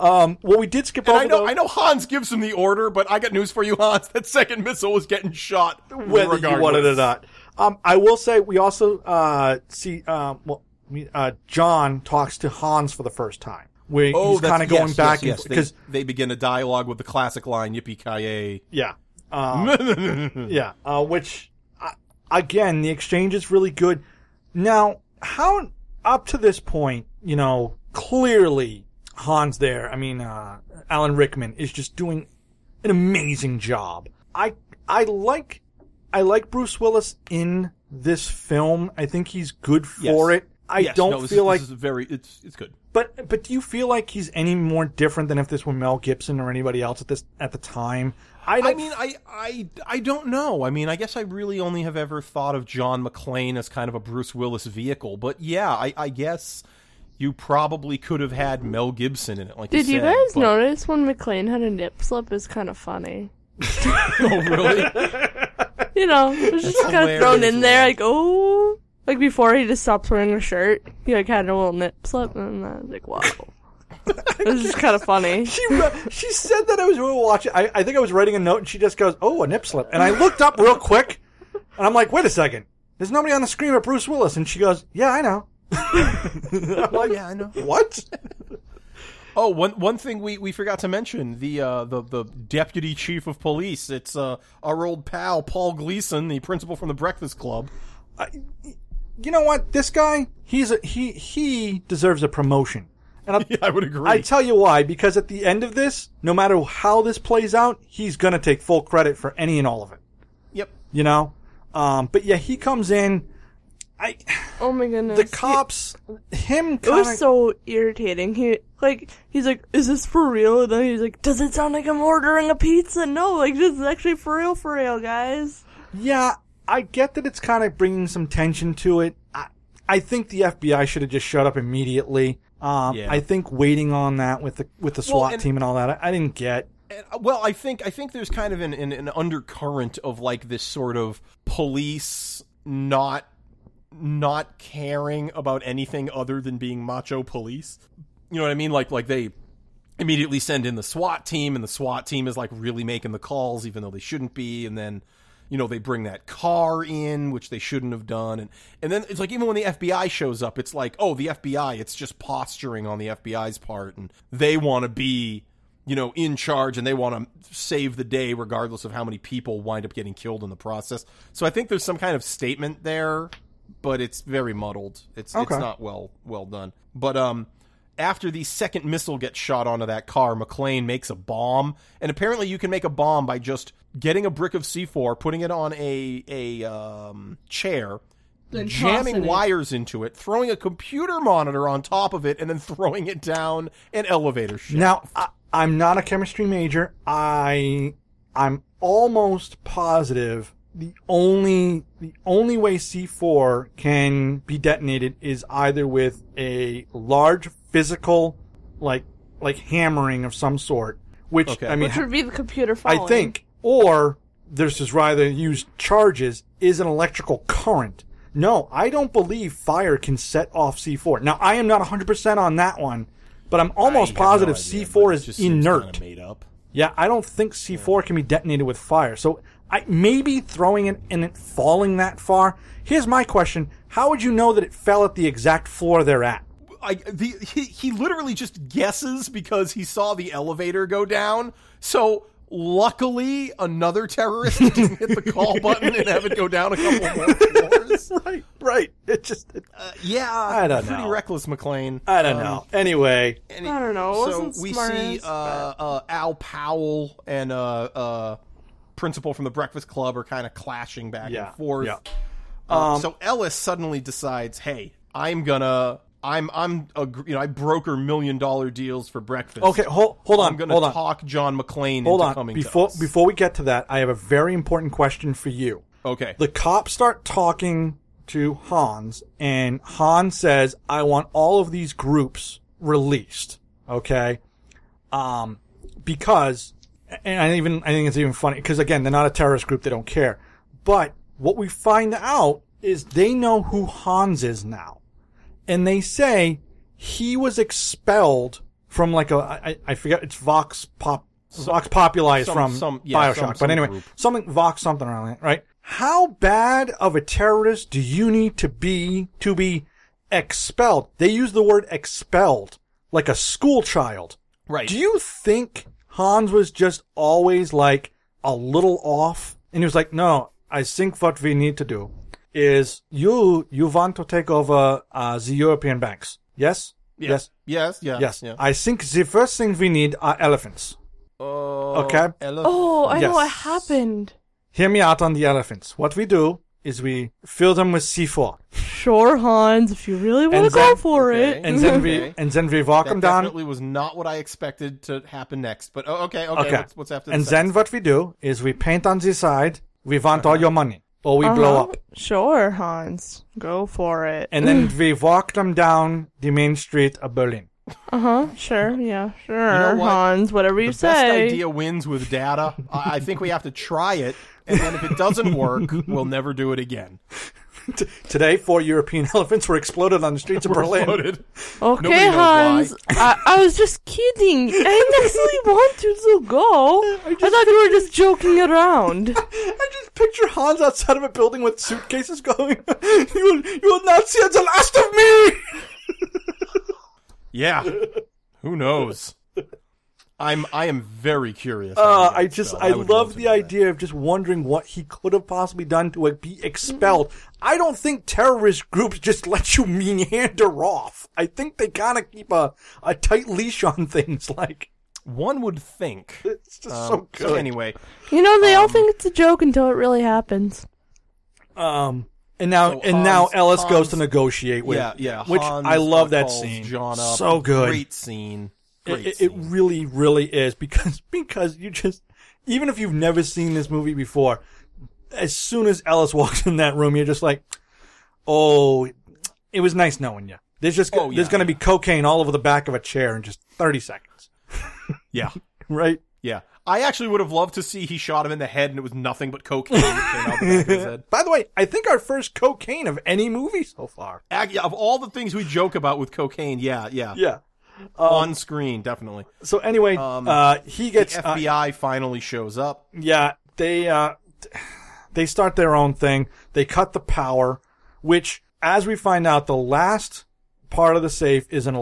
[SPEAKER 2] Well, we did skip
[SPEAKER 3] And
[SPEAKER 2] over.
[SPEAKER 3] I know.
[SPEAKER 2] though,
[SPEAKER 3] I know. Hans gives him the order, but I got news for you, Hans. That second missile was getting shot,
[SPEAKER 2] whether
[SPEAKER 3] regardless.
[SPEAKER 2] you wanted it or not. Um, I will say we also uh, see um, well, we- uh, John talks to Hans for the first time. Where
[SPEAKER 3] Oh,
[SPEAKER 2] he's
[SPEAKER 3] that's-
[SPEAKER 2] kind of going
[SPEAKER 3] yes,
[SPEAKER 2] back
[SPEAKER 3] yes,
[SPEAKER 2] and
[SPEAKER 3] yes.
[SPEAKER 2] because
[SPEAKER 3] They, they begin a dialogue with the classic line "Yippee ki
[SPEAKER 2] yeah, um, yeah, uh, which uh, again the exchange is really good. Now, how up to this point, you know, clearly Hans there. I mean, uh, Alan Rickman is just doing an amazing job. I I like I like Bruce Willis in this film. I think he's good for
[SPEAKER 3] Yes.
[SPEAKER 2] it. I don't
[SPEAKER 3] this
[SPEAKER 2] feel
[SPEAKER 3] is,
[SPEAKER 2] like
[SPEAKER 3] this is very. It's it's good.
[SPEAKER 2] but but do you feel like he's any more different than if this were Mel Gibson or anybody else at this at the time? I don't
[SPEAKER 3] I mean, I, I, I don't know. I mean, I guess I really only have ever thought of John McClane as kind of a Bruce Willis vehicle. But yeah, I, I guess you probably could have had Mel Gibson in it. Like
[SPEAKER 5] did you
[SPEAKER 3] said,
[SPEAKER 5] guys
[SPEAKER 3] but-
[SPEAKER 5] notice when McLean had a nip slip? It's kind of funny.
[SPEAKER 3] Oh, really?
[SPEAKER 5] You know, it was just kind of
[SPEAKER 3] hilarious.
[SPEAKER 5] thrown in there, like oh, like before he just stopped wearing a shirt, he like had a little nip slip, and I was like, wow, it was just kind of funny.
[SPEAKER 2] she re- she said that I was watching. I, I think I was writing a note, and she just goes, "Oh, a nip slip." And I looked up real quick, and I'm like, "Wait a second, there's nobody on the screen but Bruce Willis." And she goes, "Yeah, I know." I'm like,
[SPEAKER 3] I know.
[SPEAKER 2] What?
[SPEAKER 3] Oh, one one thing we, we forgot to mention the uh, the the deputy chief of police. It's uh, our old pal Paul Gleason, the principal from the Breakfast Club.
[SPEAKER 2] You know what? This guy, he's a, he he deserves a promotion. And I'm,
[SPEAKER 3] Yeah, I would agree.
[SPEAKER 2] I tell you why, because at the end of this, no matter how this plays out, he's gonna take full credit for any and all of it.
[SPEAKER 3] yep.
[SPEAKER 2] You know? Um, but yeah, he comes in. I
[SPEAKER 5] Oh my goodness,
[SPEAKER 2] the cops, him.
[SPEAKER 4] It
[SPEAKER 2] Kinda,
[SPEAKER 4] was so irritating. He like he's like, "Is this for real?" And then he's like, "Does it sound like I'm ordering a pizza?" No, like this is actually for real, for real, guys.
[SPEAKER 2] yeah, I get that it's kind of bringing some tension to it. I, I think the FBI should have just shut up immediately. Um,
[SPEAKER 3] Yeah.
[SPEAKER 2] I think waiting on that with the with the SWAT
[SPEAKER 3] and-
[SPEAKER 2] team and all that, I, I didn't get.
[SPEAKER 3] And, uh, well, I think I think there's kind of an, an, an undercurrent of like this sort of police not not caring about anything other than being macho police. You know what I mean? Like like they immediately send in the SWAT team and the SWAT team is like really making the calls even though they shouldn't be and then you know they bring that car in which they shouldn't have done and and then it's like even when the FBI shows up it's like oh the FBI it's just posturing on the FBI's part and they want to be you know in charge and they want to save the day regardless of how many people wind up getting killed in the process so i think there's some kind of statement there but it's very muddled it's
[SPEAKER 2] Okay.
[SPEAKER 3] it's not well well done but um after the second missile gets shot onto that car, McLean makes a bomb, and apparently you can make a bomb by just getting a brick of C4, putting it on a a um, chair, jamming
[SPEAKER 5] tossing it.
[SPEAKER 3] wires into it, throwing a computer monitor on top of it, and then throwing it down an elevator shaft.
[SPEAKER 2] Now, I, I'm not a chemistry major. I I'm almost positive the only the only way C4 can be detonated is either with a large physical like like hammering of some sort, which
[SPEAKER 3] Okay.
[SPEAKER 2] I mean
[SPEAKER 5] which would be the computer falling.
[SPEAKER 2] I think or this is rather used charges is an electrical current. No, I don't believe fire can set off C4. Now, I am not 100% on that one, but I'm almost positive C4 is inert.
[SPEAKER 3] made up.
[SPEAKER 2] Yeah, I don't think C4 can be detonated with fire. So I maybe throwing it and it falling that far. Here's my question: How would you know that it fell at the exact floor they're at?
[SPEAKER 3] I, the, he, he literally just guesses because he saw the elevator go down. So luckily, another terrorist didn't hit the call button and have it go down a couple more floors.
[SPEAKER 2] Right, right. It just, it,
[SPEAKER 3] Uh, yeah,
[SPEAKER 2] I don't
[SPEAKER 3] pretty
[SPEAKER 2] know.
[SPEAKER 3] reckless, McLean.
[SPEAKER 2] I don't know. Anyway,
[SPEAKER 3] And
[SPEAKER 5] I don't know, it
[SPEAKER 3] so uh,
[SPEAKER 5] wasn't
[SPEAKER 3] we
[SPEAKER 5] smart
[SPEAKER 3] see
[SPEAKER 5] as-
[SPEAKER 3] uh, uh, Al Powell and uh, uh, principal from the Breakfast Club are kind of clashing back
[SPEAKER 2] Yeah,
[SPEAKER 3] and forth.
[SPEAKER 2] yeah. Um,
[SPEAKER 3] Uh, so Ellis suddenly decides, "Hey, I'm gonna, I'm, I'm, a, gr- you know, I broker million dollar deals for breakfast.
[SPEAKER 2] Okay, hold hold on.
[SPEAKER 3] I'm gonna
[SPEAKER 2] hold on.
[SPEAKER 3] talk John McClane
[SPEAKER 2] hold
[SPEAKER 3] into
[SPEAKER 2] on.
[SPEAKER 3] coming
[SPEAKER 2] Before
[SPEAKER 3] to us.
[SPEAKER 2] before we get to that, I have a very important question for you.
[SPEAKER 3] okay,
[SPEAKER 2] The cops start talking to Hans, and Hans says, "I want all of these groups released." Okay, um, because, and I even I think it's even funny because again, they're not a terrorist group; they don't care. But what we find out is they know who Hans is now, and they say he was expelled from like a I, I- I forget it's Vox Pop Vox Populi is
[SPEAKER 3] some-
[SPEAKER 2] from
[SPEAKER 3] some- yeah,
[SPEAKER 2] Bioshock,
[SPEAKER 3] some-
[SPEAKER 2] but
[SPEAKER 3] some
[SPEAKER 2] anyway,
[SPEAKER 3] group.
[SPEAKER 2] something Vox something around that, right? How bad of a terrorist do you need to be to be expelled? They use the word expelled like a school child.
[SPEAKER 3] right.
[SPEAKER 2] Do you think Hans was just always like a little off? And he was like, no, I think what we need to do is you, you want to take over uh, the European banks. Yes? Yes.
[SPEAKER 3] Yes. Yeah.
[SPEAKER 2] Yes.
[SPEAKER 3] Yeah.
[SPEAKER 2] I think the first thing we need are elephants.
[SPEAKER 3] Oh,
[SPEAKER 2] Okay.
[SPEAKER 3] Ellis.
[SPEAKER 5] Oh, I know what
[SPEAKER 2] Yes.
[SPEAKER 5] happened.
[SPEAKER 2] Hear me out on the elephants. What we do is we fill them with C4
[SPEAKER 5] Sure, Hans, if you really want to
[SPEAKER 2] And
[SPEAKER 5] go
[SPEAKER 2] then-
[SPEAKER 5] for
[SPEAKER 3] Okay.
[SPEAKER 5] it.
[SPEAKER 2] and then we,
[SPEAKER 3] Okay.
[SPEAKER 2] and then we walk
[SPEAKER 3] That
[SPEAKER 2] them down.
[SPEAKER 3] definitely was not what I expected to happen next. But oh, okay, okay.
[SPEAKER 2] Okay.
[SPEAKER 3] What's, what's after?
[SPEAKER 2] And
[SPEAKER 3] the
[SPEAKER 2] then what we do is we paint on the side. We want all your money or we blow
[SPEAKER 5] Uh-huh.
[SPEAKER 2] up.
[SPEAKER 5] Sure, Hans, go for it.
[SPEAKER 2] and then we walk them down the main street of Berlin.
[SPEAKER 5] Uh huh. Sure. Yeah. Sure,
[SPEAKER 3] You know what?
[SPEAKER 5] Hans. Whatever you
[SPEAKER 3] the
[SPEAKER 5] say.
[SPEAKER 3] best idea wins with data. I, I think we have to try it, and then if it doesn't work, we'll never do it again.
[SPEAKER 2] T- Today, four European elephants were exploded on the streets of Berlin.
[SPEAKER 3] Loaded. Nobody
[SPEAKER 5] Okay,
[SPEAKER 3] knows why.
[SPEAKER 5] Hans. I, I was just kidding. I actually wanted to go. I, thought you were just joking around.
[SPEAKER 2] I just picture Hans outside of a building with suitcases going, you, will, you will not see the last of me!
[SPEAKER 3] Yeah. Who knows? I'm I am very curious.
[SPEAKER 2] Uh,
[SPEAKER 3] how he
[SPEAKER 2] I
[SPEAKER 3] gets
[SPEAKER 2] just,
[SPEAKER 3] spelled.
[SPEAKER 2] I
[SPEAKER 3] would
[SPEAKER 2] love
[SPEAKER 3] to
[SPEAKER 2] the
[SPEAKER 3] do that.
[SPEAKER 2] idea of just wondering what he could have possibly done to be expelled. I don't think terrorist groups just let you meander off. I think they kind of keep a, a tight leash on things. Like,
[SPEAKER 3] One would think. Um,
[SPEAKER 2] it's just Um, so good.
[SPEAKER 3] So anyway,
[SPEAKER 5] You know, they all think it's a joke until it really happens.
[SPEAKER 2] Um, and now
[SPEAKER 3] So
[SPEAKER 2] and now
[SPEAKER 3] Hans-
[SPEAKER 2] Ellis goes
[SPEAKER 3] Hans-
[SPEAKER 2] to negotiate with,
[SPEAKER 3] yeah, yeah.
[SPEAKER 2] which
[SPEAKER 3] Hans
[SPEAKER 2] I love that
[SPEAKER 3] calls
[SPEAKER 2] scene.
[SPEAKER 3] John up.
[SPEAKER 2] So good.
[SPEAKER 3] Great scene. Great
[SPEAKER 2] It- it, it
[SPEAKER 3] scene.
[SPEAKER 2] really, really is because because you just even if you've never seen this movie before, as soon as Ellis walks in that room, you're just like, oh, it was nice knowing you. There's just
[SPEAKER 3] Oh, yeah,
[SPEAKER 2] there's going to be
[SPEAKER 3] yeah.
[SPEAKER 2] cocaine all over the back of a chair in just 30 seconds,
[SPEAKER 3] yeah.
[SPEAKER 2] right?
[SPEAKER 3] Yeah. I actually would have loved to see he shot him in the head and it was nothing but cocaine that came out the back of his head.
[SPEAKER 2] By the way, I think our first cocaine of any movie so far.
[SPEAKER 3] Ac- Of all the things we joke about with cocaine, yeah, yeah.
[SPEAKER 2] Yeah. Um,
[SPEAKER 3] On screen, definitely.
[SPEAKER 2] So anyway,
[SPEAKER 3] Um,
[SPEAKER 2] uh, he
[SPEAKER 3] The
[SPEAKER 2] gets uh,
[SPEAKER 3] FBI finally shows up.
[SPEAKER 2] yeah, they uh, they start their own thing. They cut the power, which, as we find out, the last part of the safe is an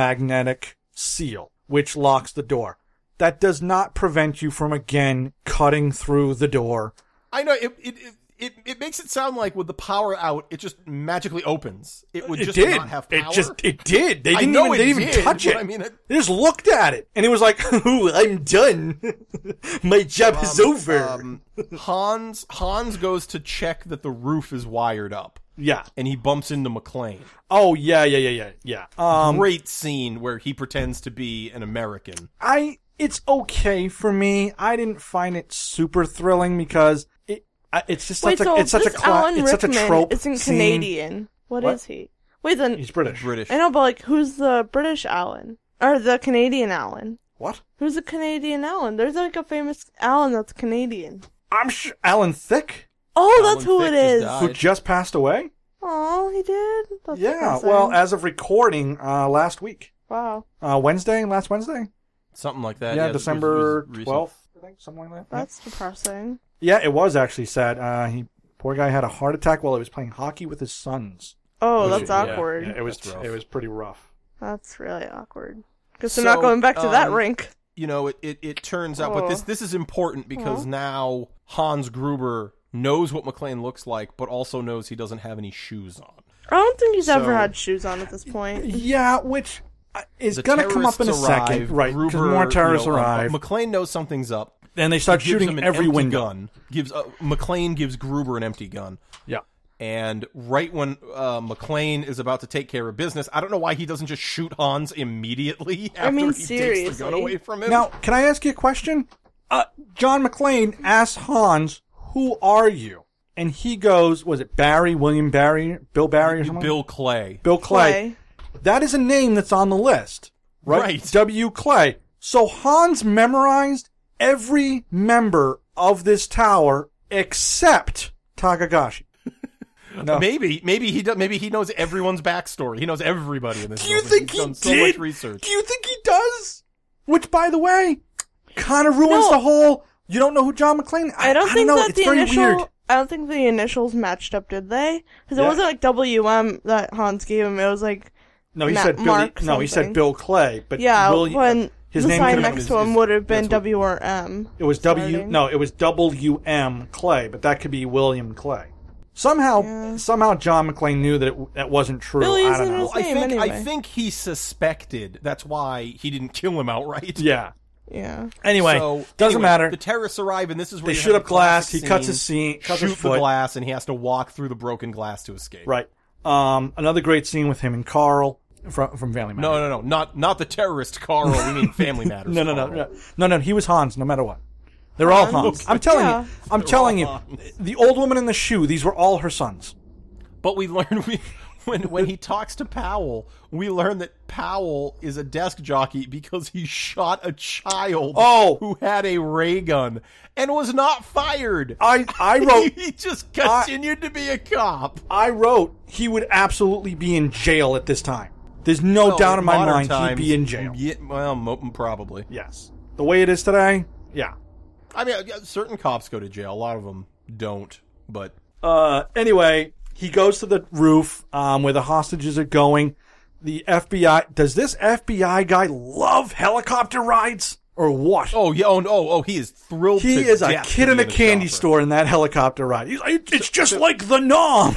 [SPEAKER 2] electromagnetic seal, which locks the door. That does not prevent you from again cutting through the door.
[SPEAKER 3] I know it. It, it it, it makes it sound like with the power out, it just magically opens. It would just
[SPEAKER 2] it did.
[SPEAKER 3] not have power. Um,
[SPEAKER 2] It just it did. They
[SPEAKER 3] I
[SPEAKER 2] didn't even,
[SPEAKER 3] know it
[SPEAKER 2] they didn't even
[SPEAKER 3] did,
[SPEAKER 2] touch
[SPEAKER 3] but
[SPEAKER 2] it.
[SPEAKER 3] I mean, it-
[SPEAKER 2] they just looked at it, and it was like, "Ooh, I'm done. My job is over."
[SPEAKER 3] Um, Hans Hans goes to check that the roof is wired up,
[SPEAKER 2] yeah.
[SPEAKER 3] and he bumps into McLean.
[SPEAKER 2] Oh yeah, yeah, yeah, yeah, yeah. Um,
[SPEAKER 3] Great scene where he pretends to be an American.
[SPEAKER 2] I it's okay for me. I didn't find it super thrilling because it I- it's just
[SPEAKER 5] Wait,
[SPEAKER 2] such a
[SPEAKER 5] so
[SPEAKER 2] it's such a
[SPEAKER 5] this
[SPEAKER 2] cla-
[SPEAKER 5] Alan
[SPEAKER 2] it's such a
[SPEAKER 5] Rickman
[SPEAKER 2] trope.
[SPEAKER 5] isn't
[SPEAKER 2] scene.
[SPEAKER 5] Canadian.
[SPEAKER 2] What?
[SPEAKER 5] what is he? Wait, then
[SPEAKER 2] He's British.
[SPEAKER 3] British.
[SPEAKER 5] I know, but like, who's the British Alan or the Canadian Alan?
[SPEAKER 2] What?
[SPEAKER 5] Who's the Canadian Alan? There's like a famous Alan that's Canadian.
[SPEAKER 2] I'm sure Alan Thicke,
[SPEAKER 5] Oh,
[SPEAKER 3] Alan
[SPEAKER 5] that's who
[SPEAKER 3] Thicke
[SPEAKER 5] it
[SPEAKER 3] just
[SPEAKER 5] is.
[SPEAKER 3] died.
[SPEAKER 2] who
[SPEAKER 3] I-
[SPEAKER 2] just passed away.
[SPEAKER 5] Oh, he did. That's
[SPEAKER 2] yeah.
[SPEAKER 5] depressing.
[SPEAKER 2] Well, as of recording uh, last week,
[SPEAKER 5] wow,
[SPEAKER 2] uh, Wednesday, last Wednesday.
[SPEAKER 3] Something like that.
[SPEAKER 2] yeah,
[SPEAKER 3] it was-
[SPEAKER 2] December
[SPEAKER 3] it was recent.
[SPEAKER 2] twelfth, I think, something like that.
[SPEAKER 5] that's depressing.
[SPEAKER 2] Yeah, it was actually sad. Uh, he poor guy had a heart attack while he was playing hockey with his sons.
[SPEAKER 5] Oh,
[SPEAKER 3] Was
[SPEAKER 5] that's
[SPEAKER 3] it? Yeah.
[SPEAKER 5] awkward.
[SPEAKER 2] Yeah, it was
[SPEAKER 3] That's rough.
[SPEAKER 2] it was pretty rough.
[SPEAKER 5] That's really awkward. Because they're not
[SPEAKER 3] So,
[SPEAKER 5] going back to that
[SPEAKER 3] um,
[SPEAKER 5] rink.
[SPEAKER 3] you know, it, it, it turns out, but this
[SPEAKER 2] Oh.
[SPEAKER 5] Aw.
[SPEAKER 3] this is important
[SPEAKER 2] Uh-huh.
[SPEAKER 3] because now Hans Gruber knows what McLean looks like, but also knows he doesn't have any shoes on.
[SPEAKER 5] I don't think he's ever
[SPEAKER 3] so-
[SPEAKER 5] had shoes on at this point.
[SPEAKER 2] Yeah, which uh, is
[SPEAKER 3] The
[SPEAKER 2] going to come up in a
[SPEAKER 3] terrorists arrive,
[SPEAKER 2] second, right? 'cause
[SPEAKER 3] Gruber,
[SPEAKER 2] more terrorists
[SPEAKER 3] you know,
[SPEAKER 2] arrive.
[SPEAKER 3] McLean knows something's up.
[SPEAKER 2] and they start
[SPEAKER 3] gives him
[SPEAKER 2] shooting
[SPEAKER 3] an
[SPEAKER 2] every
[SPEAKER 3] empty
[SPEAKER 2] window.
[SPEAKER 3] gun. Gives uh, McLean gives Gruber an empty gun.
[SPEAKER 2] Yeah.
[SPEAKER 3] And right when uh, McLean is about to take care of business, I don't know why he doesn't just shoot Hans immediately after
[SPEAKER 5] mean,
[SPEAKER 3] he takes the gun
[SPEAKER 5] seriously.
[SPEAKER 3] away from him.
[SPEAKER 2] Now, can I ask you a question? Uh, John McClane asks Hans, "Who are you?" And he goes, "Was it Barry, William Barry, Bill Barry, or something?"
[SPEAKER 3] Bill Clay.
[SPEAKER 2] Bill Clay. That is a name that's on the list, right?
[SPEAKER 3] Right.
[SPEAKER 2] W. Clay. So Hans memorized every member of this tower except Takagashi. No.
[SPEAKER 3] Maybe, maybe he does, maybe he knows everyone's backstory. He knows everybody in this.
[SPEAKER 2] Do you
[SPEAKER 3] building.
[SPEAKER 2] think
[SPEAKER 3] He's
[SPEAKER 2] he
[SPEAKER 3] done
[SPEAKER 2] did?
[SPEAKER 3] so much research?
[SPEAKER 2] Do you think he does? Which, by the way, kind of ruins
[SPEAKER 5] No.
[SPEAKER 2] the whole. You don't know who John McClane. I,
[SPEAKER 5] I don't think
[SPEAKER 2] know.
[SPEAKER 5] that
[SPEAKER 2] it's
[SPEAKER 5] the
[SPEAKER 2] very
[SPEAKER 5] initial.
[SPEAKER 2] weird.
[SPEAKER 5] I don't think the initials matched up, did they? Because it
[SPEAKER 2] Yeah.
[SPEAKER 5] wasn't like WM that Hans gave him. It was like
[SPEAKER 2] No, he
[SPEAKER 5] Matt
[SPEAKER 2] said Billy.
[SPEAKER 5] Mark
[SPEAKER 2] no, he
[SPEAKER 5] something.
[SPEAKER 2] said Bill Clay. But
[SPEAKER 5] yeah,
[SPEAKER 2] William-
[SPEAKER 5] when
[SPEAKER 2] his
[SPEAKER 5] the
[SPEAKER 2] name
[SPEAKER 5] sign
[SPEAKER 2] could've
[SPEAKER 5] next
[SPEAKER 2] been-
[SPEAKER 5] to him would have been
[SPEAKER 3] that's what-
[SPEAKER 5] W or M.
[SPEAKER 2] It was W.
[SPEAKER 5] Starting.
[SPEAKER 2] No, it was W M Clay, but that could be William Clay. Somehow, somehow John McClane knew that it, that wasn't true.
[SPEAKER 5] Billy
[SPEAKER 2] I
[SPEAKER 5] isn't
[SPEAKER 2] don't know.
[SPEAKER 5] his
[SPEAKER 3] I
[SPEAKER 5] name
[SPEAKER 3] think I
[SPEAKER 5] anyway.
[SPEAKER 3] think he suspected. That's why he didn't kill him outright.
[SPEAKER 2] Yeah.
[SPEAKER 5] Yeah.
[SPEAKER 2] Anyway,
[SPEAKER 3] So,
[SPEAKER 2] doesn't
[SPEAKER 3] anyway,
[SPEAKER 2] matter.
[SPEAKER 3] The terrorists arrive, and this is where
[SPEAKER 2] They
[SPEAKER 3] you
[SPEAKER 2] shoot
[SPEAKER 3] have
[SPEAKER 2] up
[SPEAKER 3] the classic
[SPEAKER 2] glass, he cuts his scene- cuts his
[SPEAKER 3] shoot the
[SPEAKER 2] foot.
[SPEAKER 3] glass, and he has to walk through the broken glass to escape.
[SPEAKER 2] right. Um, another great scene with him and Carl from from Family Matters.
[SPEAKER 3] No, no, no, not not the terrorist Carl. We mean Family Matters.
[SPEAKER 2] No, no, no,
[SPEAKER 3] Carl.
[SPEAKER 2] no, no, no. He was Hans, no matter what. They're all Hans. I'm telling
[SPEAKER 5] Yeah.
[SPEAKER 2] you. I'm telling you. The old woman in the shoe. These were all her sons.
[SPEAKER 3] But we learn we, when when he talks to Powell, we learn that Powell is a desk jockey because he shot a child
[SPEAKER 2] Oh.
[SPEAKER 3] who had a ray gun and was not fired.
[SPEAKER 2] I I wrote.
[SPEAKER 3] he just continued to be a cop.
[SPEAKER 2] I wrote. He would absolutely be in jail at this time. There's no doubt in my
[SPEAKER 3] modern
[SPEAKER 2] mind
[SPEAKER 3] times,
[SPEAKER 2] he'd be in jail.
[SPEAKER 3] Yeah, well, mo- probably.
[SPEAKER 2] Yes. The way it is today, yeah.
[SPEAKER 3] I mean, yeah, certain cops go to jail. A lot of them don't. But
[SPEAKER 2] Uh, anyway, he goes to the roof um, where the hostages are going. The FBI. Does this FBI guy love helicopter rides or what?
[SPEAKER 3] oh yeah, oh no, oh he is thrilled.
[SPEAKER 2] he
[SPEAKER 3] to
[SPEAKER 2] is a
[SPEAKER 3] death to
[SPEAKER 2] kid
[SPEAKER 3] be
[SPEAKER 2] in a candy
[SPEAKER 3] chopper.
[SPEAKER 2] store in that helicopter ride. He's like, it's just like the nom.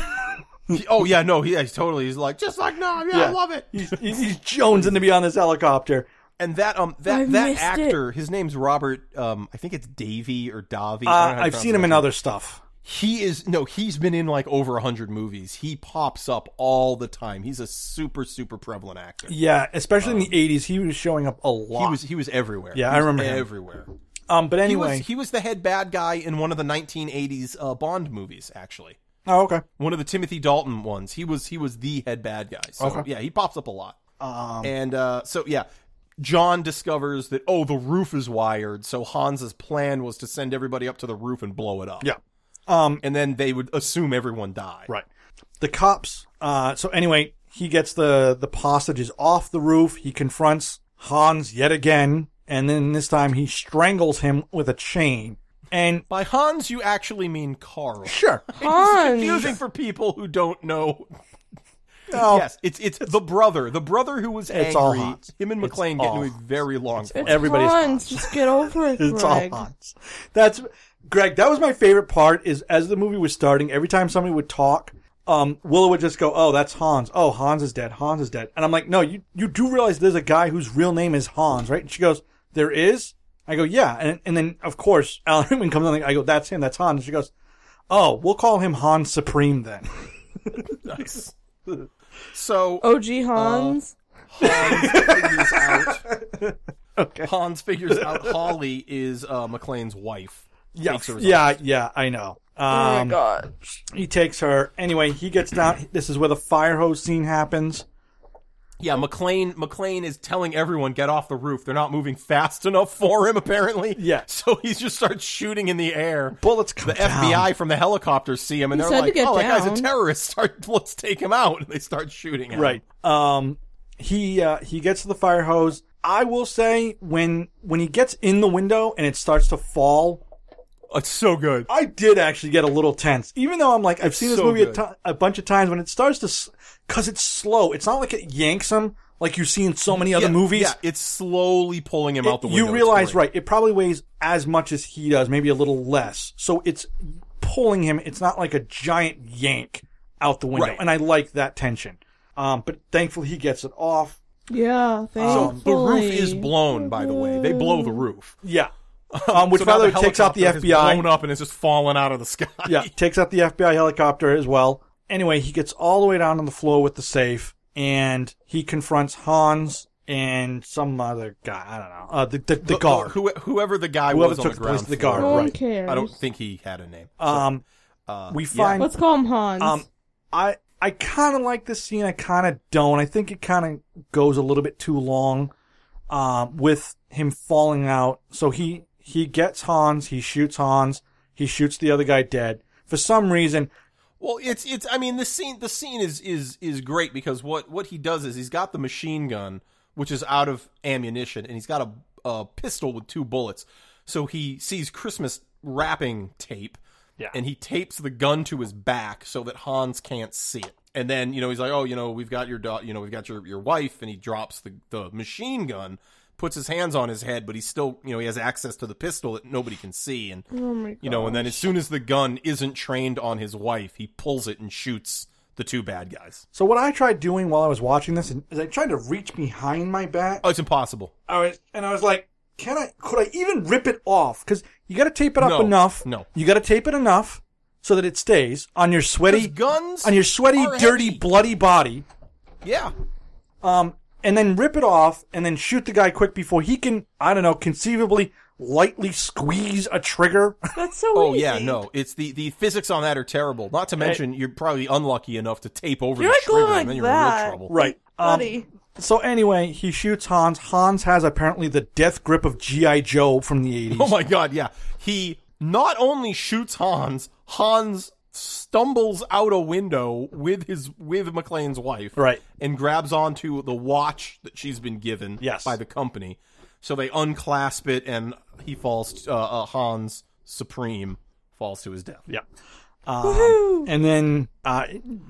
[SPEAKER 3] He- oh yeah, no, he, he's totally. He's like just like no, yeah, I love it.
[SPEAKER 2] He's, he's he's jonesing to be on this helicopter.
[SPEAKER 3] And that um that
[SPEAKER 5] I
[SPEAKER 3] that
[SPEAKER 5] missed it.
[SPEAKER 3] actor, his name's Robert. Um, I think it's Davy or
[SPEAKER 2] Uh,
[SPEAKER 3] Davi. I don't know how to
[SPEAKER 2] I've seen him
[SPEAKER 3] pronounce
[SPEAKER 2] in
[SPEAKER 3] it.
[SPEAKER 2] other stuff.
[SPEAKER 3] He is no, he's been in like over a hundred movies. He pops up all the time. He's a super super prevalent actor.
[SPEAKER 2] Yeah, especially in the '80s, he was showing up a lot.
[SPEAKER 3] Um, He was he was everywhere.
[SPEAKER 2] Yeah,
[SPEAKER 3] He
[SPEAKER 2] I
[SPEAKER 3] was
[SPEAKER 2] remember him.
[SPEAKER 3] everywhere.
[SPEAKER 2] um, but
[SPEAKER 3] He
[SPEAKER 2] anyway.
[SPEAKER 3] was he was the head bad guy in one of the 1980s uh, Bond movies, actually.
[SPEAKER 2] oh, okay.
[SPEAKER 3] One of the Timothy Dalton ones. He was he was the head bad guy. So
[SPEAKER 2] Okay.
[SPEAKER 3] yeah, he pops up a lot. Um, and uh, so yeah, John discovers that oh the roof is wired, so Hans's plan was to send everybody up to the roof and blow it up.
[SPEAKER 2] Yeah. Um,
[SPEAKER 3] and then they would assume everyone died.
[SPEAKER 2] Right. The cops. Uh, so anyway, he gets the the hostages off the roof. He confronts Hans yet again, and then this time he strangles him with a chain. And
[SPEAKER 3] By Hans, you actually mean Carl.
[SPEAKER 2] sure,
[SPEAKER 5] Hans.
[SPEAKER 3] Confusing for people who don't know.
[SPEAKER 2] no,
[SPEAKER 3] Yes, it's it's the brother, the brother who was angry.
[SPEAKER 2] Oh. It's all Hans.
[SPEAKER 3] Him and
[SPEAKER 2] It's
[SPEAKER 3] McLean get
[SPEAKER 2] all
[SPEAKER 3] into a very long fight.
[SPEAKER 2] everybody's
[SPEAKER 5] Hans, just get over it,
[SPEAKER 2] It's
[SPEAKER 5] Greg.
[SPEAKER 2] all Hans. That's Greg. That was my favorite part. Is as the movie was starting, every time somebody would talk, um, Willow would just go, "Oh, that's Hans. Oh, Hans is dead. Hans is dead." And I'm like, "No, you you do realize there's a guy whose real name is Hans, right?" And she goes, "There is." I go, "Yeah," and and then of course Alan Rickman comes on. I go, "That's him. That's Hans." And she goes, "Oh, we'll call him Hans Supreme then."
[SPEAKER 3] Nice. So
[SPEAKER 5] OG
[SPEAKER 2] Um,
[SPEAKER 5] Hans.
[SPEAKER 3] Hans figures out. Hans figures out Holly is uh, McLean's wife.
[SPEAKER 2] yeah,
[SPEAKER 3] Takes her as
[SPEAKER 2] yeah, yeah. I know.
[SPEAKER 5] oh
[SPEAKER 2] Um,
[SPEAKER 5] my god.
[SPEAKER 2] he takes her anyway. He gets down. This is where the fire hose scene happens.
[SPEAKER 3] Yeah, McLean McLean is telling everyone get off the roof. They're not moving fast enough for him apparently.
[SPEAKER 2] Yeah.
[SPEAKER 3] So he just starts shooting in the air.
[SPEAKER 2] Bullets come
[SPEAKER 3] The FBI from the helicopter see him and they're
[SPEAKER 5] said to
[SPEAKER 3] like,
[SPEAKER 5] get
[SPEAKER 3] "Oh, that guy's a
[SPEAKER 5] down."
[SPEAKER 3] terrorist. Start, let's take him out." And they start shooting at him.
[SPEAKER 2] Right. Um, he uh, he gets to the fire hose. I will say when when he gets in the window and it starts to fall,
[SPEAKER 3] It's so good.
[SPEAKER 2] I did actually get a little tense. Even though I'm like I've seen this
[SPEAKER 3] So
[SPEAKER 2] movie a,
[SPEAKER 3] good.
[SPEAKER 2] ti- a bunch of times when it starts to because it's slow. It's not like it yanks him like you see in so many other
[SPEAKER 3] Yeah,
[SPEAKER 2] movies.
[SPEAKER 3] Yeah, it's slowly pulling him out the
[SPEAKER 2] It-
[SPEAKER 3] window.
[SPEAKER 2] you
[SPEAKER 3] It's
[SPEAKER 2] realize
[SPEAKER 3] great.
[SPEAKER 2] right? It probably weighs as much as he does, maybe a little less. So it's pulling him. It's not like a giant yank out the window,
[SPEAKER 3] Right.
[SPEAKER 2] and I like that tension. Um, but thankfully he gets it off.
[SPEAKER 5] Yeah,
[SPEAKER 3] So
[SPEAKER 5] thankfully.
[SPEAKER 3] the roof is blown, by the way. They blow the roof.
[SPEAKER 2] Yeah. Um, which
[SPEAKER 3] So
[SPEAKER 2] by
[SPEAKER 3] now
[SPEAKER 2] the way takes out the
[SPEAKER 3] helicopter has blown
[SPEAKER 2] FBI.
[SPEAKER 3] up and is just falling out of the sky.
[SPEAKER 2] Yeah, takes out the FBI helicopter as well. Anyway, he gets all the way down on the floor with the safe, and he confronts Hans and some other guy. I don't know. Uh, the the, the
[SPEAKER 3] Wh-
[SPEAKER 2] guard.
[SPEAKER 3] who- whoever the guy
[SPEAKER 2] Whoever
[SPEAKER 3] was on
[SPEAKER 2] took
[SPEAKER 3] the
[SPEAKER 2] the place
[SPEAKER 3] ground
[SPEAKER 2] of the
[SPEAKER 3] floor.
[SPEAKER 2] guard,
[SPEAKER 5] one
[SPEAKER 2] right.
[SPEAKER 5] cares.
[SPEAKER 3] I don't think he had a name.
[SPEAKER 2] um,
[SPEAKER 3] uh,
[SPEAKER 2] we find
[SPEAKER 5] Let's call him Hans.
[SPEAKER 2] Um, I I kind of like this scene. I kind of don't. I think it kind of goes a little bit too long um, with him falling out. So he he gets Hans. He shoots Hans. He shoots the other guy dead. For some reason,
[SPEAKER 3] Well, it's it's. I mean, the scene the scene is is is great because what what he does is he's got the machine gun, which is out of ammunition, and he's got a, a pistol with two bullets. So he sees Christmas wrapping tape,
[SPEAKER 2] Yeah.
[SPEAKER 3] and he tapes the gun to his back so that Hans can't see it. And then you know he's like, oh, you know, we've got your daughter, you know, we've got your your wife, and he drops the the machine gun. Puts his hands on his head, but he's still, you know, he has access to the pistol that nobody can see, and
[SPEAKER 5] oh my god.
[SPEAKER 3] you know, and then as soon as the gun isn't trained on his wife, he pulls it and shoots the two bad guys.
[SPEAKER 2] so what I tried doing while I was watching this is I tried to reach behind my back.
[SPEAKER 3] Oh, it's impossible.
[SPEAKER 2] I was, and I was like, can I, could I even rip it off? Cause you gotta tape it up
[SPEAKER 3] No,
[SPEAKER 2] enough.
[SPEAKER 3] no.
[SPEAKER 2] You gotta tape it enough so that it stays on your sweaty,
[SPEAKER 3] 'Cause guns
[SPEAKER 2] on your sweaty,
[SPEAKER 3] are
[SPEAKER 2] dirty,
[SPEAKER 3] heavy.
[SPEAKER 2] bloody body.
[SPEAKER 3] Yeah.
[SPEAKER 2] Um, and then rip it off and then shoot the guy quick before he can, I don't know, conceivably lightly squeeze a trigger.
[SPEAKER 4] That's so
[SPEAKER 3] Oh yeah, no. It's the the physics on that are terrible. Not to mention you're probably unlucky enough to tape over
[SPEAKER 4] You're
[SPEAKER 3] the
[SPEAKER 4] not going
[SPEAKER 3] trigger
[SPEAKER 4] like
[SPEAKER 3] and then you're in
[SPEAKER 4] that.
[SPEAKER 3] real trouble.
[SPEAKER 2] right. Um,
[SPEAKER 4] buddy.
[SPEAKER 2] so anyway, he shoots Hans. Hans has apparently the death grip of G.I. Joe from the 80s.
[SPEAKER 3] Oh my god, yeah. He not only shoots Hans, Hans stumbles out a window with his with McLean's wife.
[SPEAKER 2] Right.
[SPEAKER 3] And grabs onto the watch that she's been given
[SPEAKER 2] Yes.
[SPEAKER 3] by the company. So they unclasp it and he falls uh, uh, Hans Supreme falls to his death.
[SPEAKER 2] Yeah. Um, and then uh,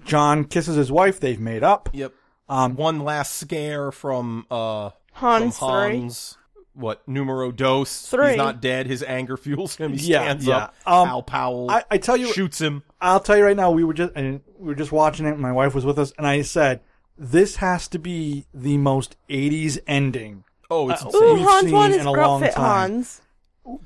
[SPEAKER 2] John kisses his wife. They've made up.
[SPEAKER 3] Yep. Um, one last scare from uh
[SPEAKER 4] Hans
[SPEAKER 3] from
[SPEAKER 4] three.
[SPEAKER 3] Hans. What numero dos?
[SPEAKER 4] Three.
[SPEAKER 3] He's not dead. His anger fuels him. He
[SPEAKER 2] Yeah,
[SPEAKER 3] stands
[SPEAKER 2] yeah.
[SPEAKER 3] up.
[SPEAKER 2] Um,
[SPEAKER 3] Al Powell.
[SPEAKER 2] I- I tell you-
[SPEAKER 3] shoots him.
[SPEAKER 2] I'll tell you right now, we were just and we were just watching it. My wife was with us, and I said, "This has to be the most '80s ending
[SPEAKER 3] Oh, it's insane.
[SPEAKER 4] Ooh,
[SPEAKER 2] we've
[SPEAKER 4] Hans
[SPEAKER 2] seen
[SPEAKER 4] won
[SPEAKER 2] in
[SPEAKER 4] his
[SPEAKER 2] a long
[SPEAKER 4] outfit,
[SPEAKER 2] time.
[SPEAKER 4] Hans.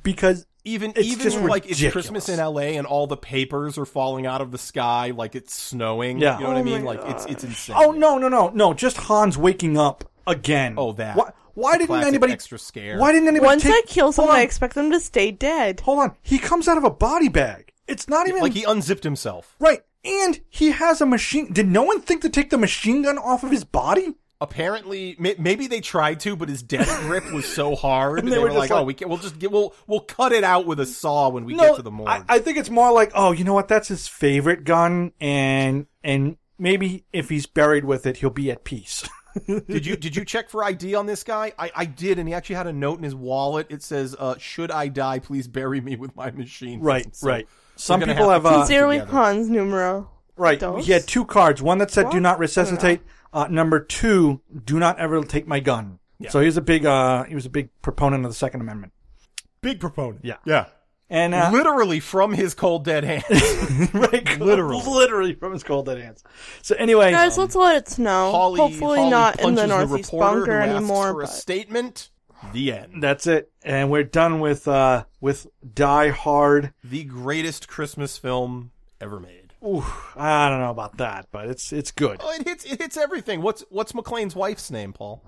[SPEAKER 2] because
[SPEAKER 3] even
[SPEAKER 2] It's
[SPEAKER 3] even
[SPEAKER 2] just
[SPEAKER 3] like it's
[SPEAKER 2] ridiculous.
[SPEAKER 3] Christmas in LA and all the papers are falling out of the sky like it's snowing.
[SPEAKER 2] Yeah.
[SPEAKER 3] You know what I
[SPEAKER 4] Oh my
[SPEAKER 3] mean? Like it's it's insane.
[SPEAKER 2] oh no no no no just Hans waking up again.
[SPEAKER 3] Oh, that.
[SPEAKER 2] Why, why
[SPEAKER 3] The
[SPEAKER 2] didn't
[SPEAKER 3] classic
[SPEAKER 2] anybody
[SPEAKER 3] extra scare.
[SPEAKER 2] Why didn't anybody
[SPEAKER 4] Once
[SPEAKER 2] take,
[SPEAKER 4] I kill someone,
[SPEAKER 2] hold
[SPEAKER 4] I
[SPEAKER 2] on,
[SPEAKER 4] expect them to stay dead.
[SPEAKER 2] hold on. He comes out of a body bag. It's not even
[SPEAKER 3] Like he unzipped himself.
[SPEAKER 2] right. And he has a machine. Did no one think to take the machine gun off of his body?
[SPEAKER 3] Apparently, may- maybe they tried to, but his death grip was so hard.
[SPEAKER 2] And
[SPEAKER 3] they,
[SPEAKER 2] they
[SPEAKER 3] were,
[SPEAKER 2] were just
[SPEAKER 3] like, "Oh,
[SPEAKER 2] like-
[SPEAKER 3] we can, we'll just get, we'll we'll cut it out with a saw when we get to the morgue."
[SPEAKER 2] I, I think it's more like, oh, you know what? That's his favorite gun, and and maybe if he's buried with it, he'll be at peace.
[SPEAKER 3] did you did you check for ID on this guy? I, I did, and he actually had a note in his wallet. It says, uh, "Should I die, please bury me with my machine."
[SPEAKER 2] right,
[SPEAKER 3] So-
[SPEAKER 2] right. Some
[SPEAKER 3] gonna
[SPEAKER 2] people
[SPEAKER 3] have
[SPEAKER 2] have,
[SPEAKER 3] to
[SPEAKER 2] uh,
[SPEAKER 3] consider-
[SPEAKER 4] Sincerely,
[SPEAKER 3] together.
[SPEAKER 4] Hans numero.
[SPEAKER 2] right.
[SPEAKER 4] those?
[SPEAKER 2] He had two cards. One that said, "Do
[SPEAKER 4] What?
[SPEAKER 2] not
[SPEAKER 4] I don't know.
[SPEAKER 2] resuscitate." Uh, number two, "Do not ever take my gun." So he was a big uh, he was a big proponent of the Second Amendment.
[SPEAKER 3] Big proponent.
[SPEAKER 2] Yeah.
[SPEAKER 3] Yeah.
[SPEAKER 2] And uh,
[SPEAKER 3] Literally from his cold dead hands.
[SPEAKER 2] right, literally, literally from his cold dead hands. So anyway, um,
[SPEAKER 4] Guys, let's let it snow.
[SPEAKER 3] Holly,
[SPEAKER 4] Hopefully
[SPEAKER 3] Holly
[SPEAKER 4] not in
[SPEAKER 3] punches
[SPEAKER 4] the northeast
[SPEAKER 3] reporter
[SPEAKER 4] bunker
[SPEAKER 3] who asks
[SPEAKER 4] anymore.
[SPEAKER 3] For a
[SPEAKER 4] but-
[SPEAKER 3] statement. The end.
[SPEAKER 2] that's it, and we're done with uh, with Die Hard.
[SPEAKER 3] The greatest Christmas film ever made.
[SPEAKER 2] Ooh, I don't know about that, but it's it's good.
[SPEAKER 3] Oh, it hits it hits everything. What's what's McLean's wife's name, Paul?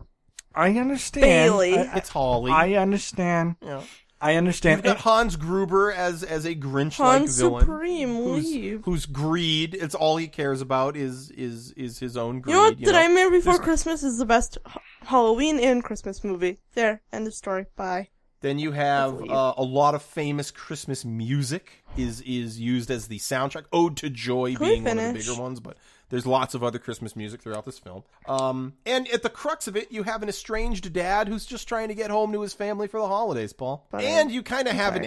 [SPEAKER 2] I understand.
[SPEAKER 4] Bailey.
[SPEAKER 2] I,
[SPEAKER 3] It's Holly.
[SPEAKER 2] I understand.
[SPEAKER 3] Yeah.
[SPEAKER 2] I
[SPEAKER 3] You've
[SPEAKER 2] understand.
[SPEAKER 3] got Hans Gruber as as a Grinch like
[SPEAKER 4] Hans
[SPEAKER 3] villain.
[SPEAKER 4] Supreme,
[SPEAKER 3] whose-
[SPEAKER 4] leave.
[SPEAKER 3] whose greed it's all he cares about is is is his own greed.
[SPEAKER 4] You know what? Did I Marry Before Christmas is the best h- Halloween and Christmas movie. There, end of story. Bye.
[SPEAKER 3] Then you have uh, a lot of famous Christmas music is is used as the soundtrack. Ode to Joy
[SPEAKER 4] Can we
[SPEAKER 3] being one of the
[SPEAKER 4] finish?
[SPEAKER 3] bigger ones, but there's lots of other Christmas music throughout this film. Um, and at the crux of it, you have an estranged dad who's just trying to get home to his family for the holidays, Paul. And you kind of have an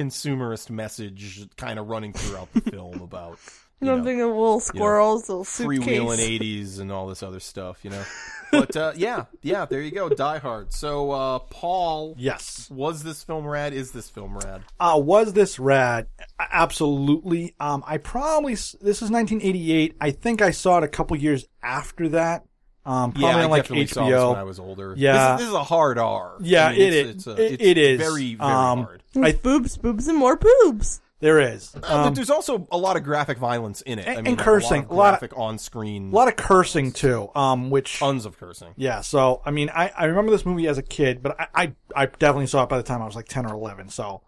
[SPEAKER 3] anti-consumerist message kind of running throughout the film about you
[SPEAKER 4] You don't
[SPEAKER 3] know,
[SPEAKER 4] think of little squirrels, little
[SPEAKER 3] freewheeling
[SPEAKER 4] suitcase.
[SPEAKER 3] eighties and all this other stuff, you know. But uh, yeah, yeah, there you go, Die Hard. So uh, Paul,
[SPEAKER 2] yes.
[SPEAKER 3] was this film rad? Is this film rad?
[SPEAKER 2] Uh, was this rad? A- Absolutely. Um, I probably s- this is 1988. I think I saw it a couple years after that. Um, probably
[SPEAKER 3] Yeah, I
[SPEAKER 2] on like
[SPEAKER 3] definitely
[SPEAKER 2] HBO.
[SPEAKER 3] saw this when I was older.
[SPEAKER 2] Yeah.
[SPEAKER 3] this, this is a hard R.
[SPEAKER 2] yeah,
[SPEAKER 3] I mean,
[SPEAKER 2] it
[SPEAKER 3] it's,
[SPEAKER 2] is.
[SPEAKER 3] It's a,
[SPEAKER 2] it,
[SPEAKER 3] it's
[SPEAKER 2] it is
[SPEAKER 3] very very
[SPEAKER 2] um,
[SPEAKER 3] hard.
[SPEAKER 2] I,
[SPEAKER 4] boobs, boobs, and more boobs.
[SPEAKER 2] there is
[SPEAKER 3] Uh, but there's also a lot of graphic violence in it. I
[SPEAKER 2] um, and-
[SPEAKER 3] mean,
[SPEAKER 2] and
[SPEAKER 3] like,
[SPEAKER 2] cursing.
[SPEAKER 3] a
[SPEAKER 2] A
[SPEAKER 3] lot
[SPEAKER 2] lot
[SPEAKER 3] of
[SPEAKER 2] of-
[SPEAKER 3] graphic on screen,
[SPEAKER 2] a lot of cursing too. Um, which
[SPEAKER 3] tons of cursing.
[SPEAKER 2] Yeah, so I mean, I, I remember this movie as a kid, but I, I I definitely saw it by the time I was like ten or eleven. So,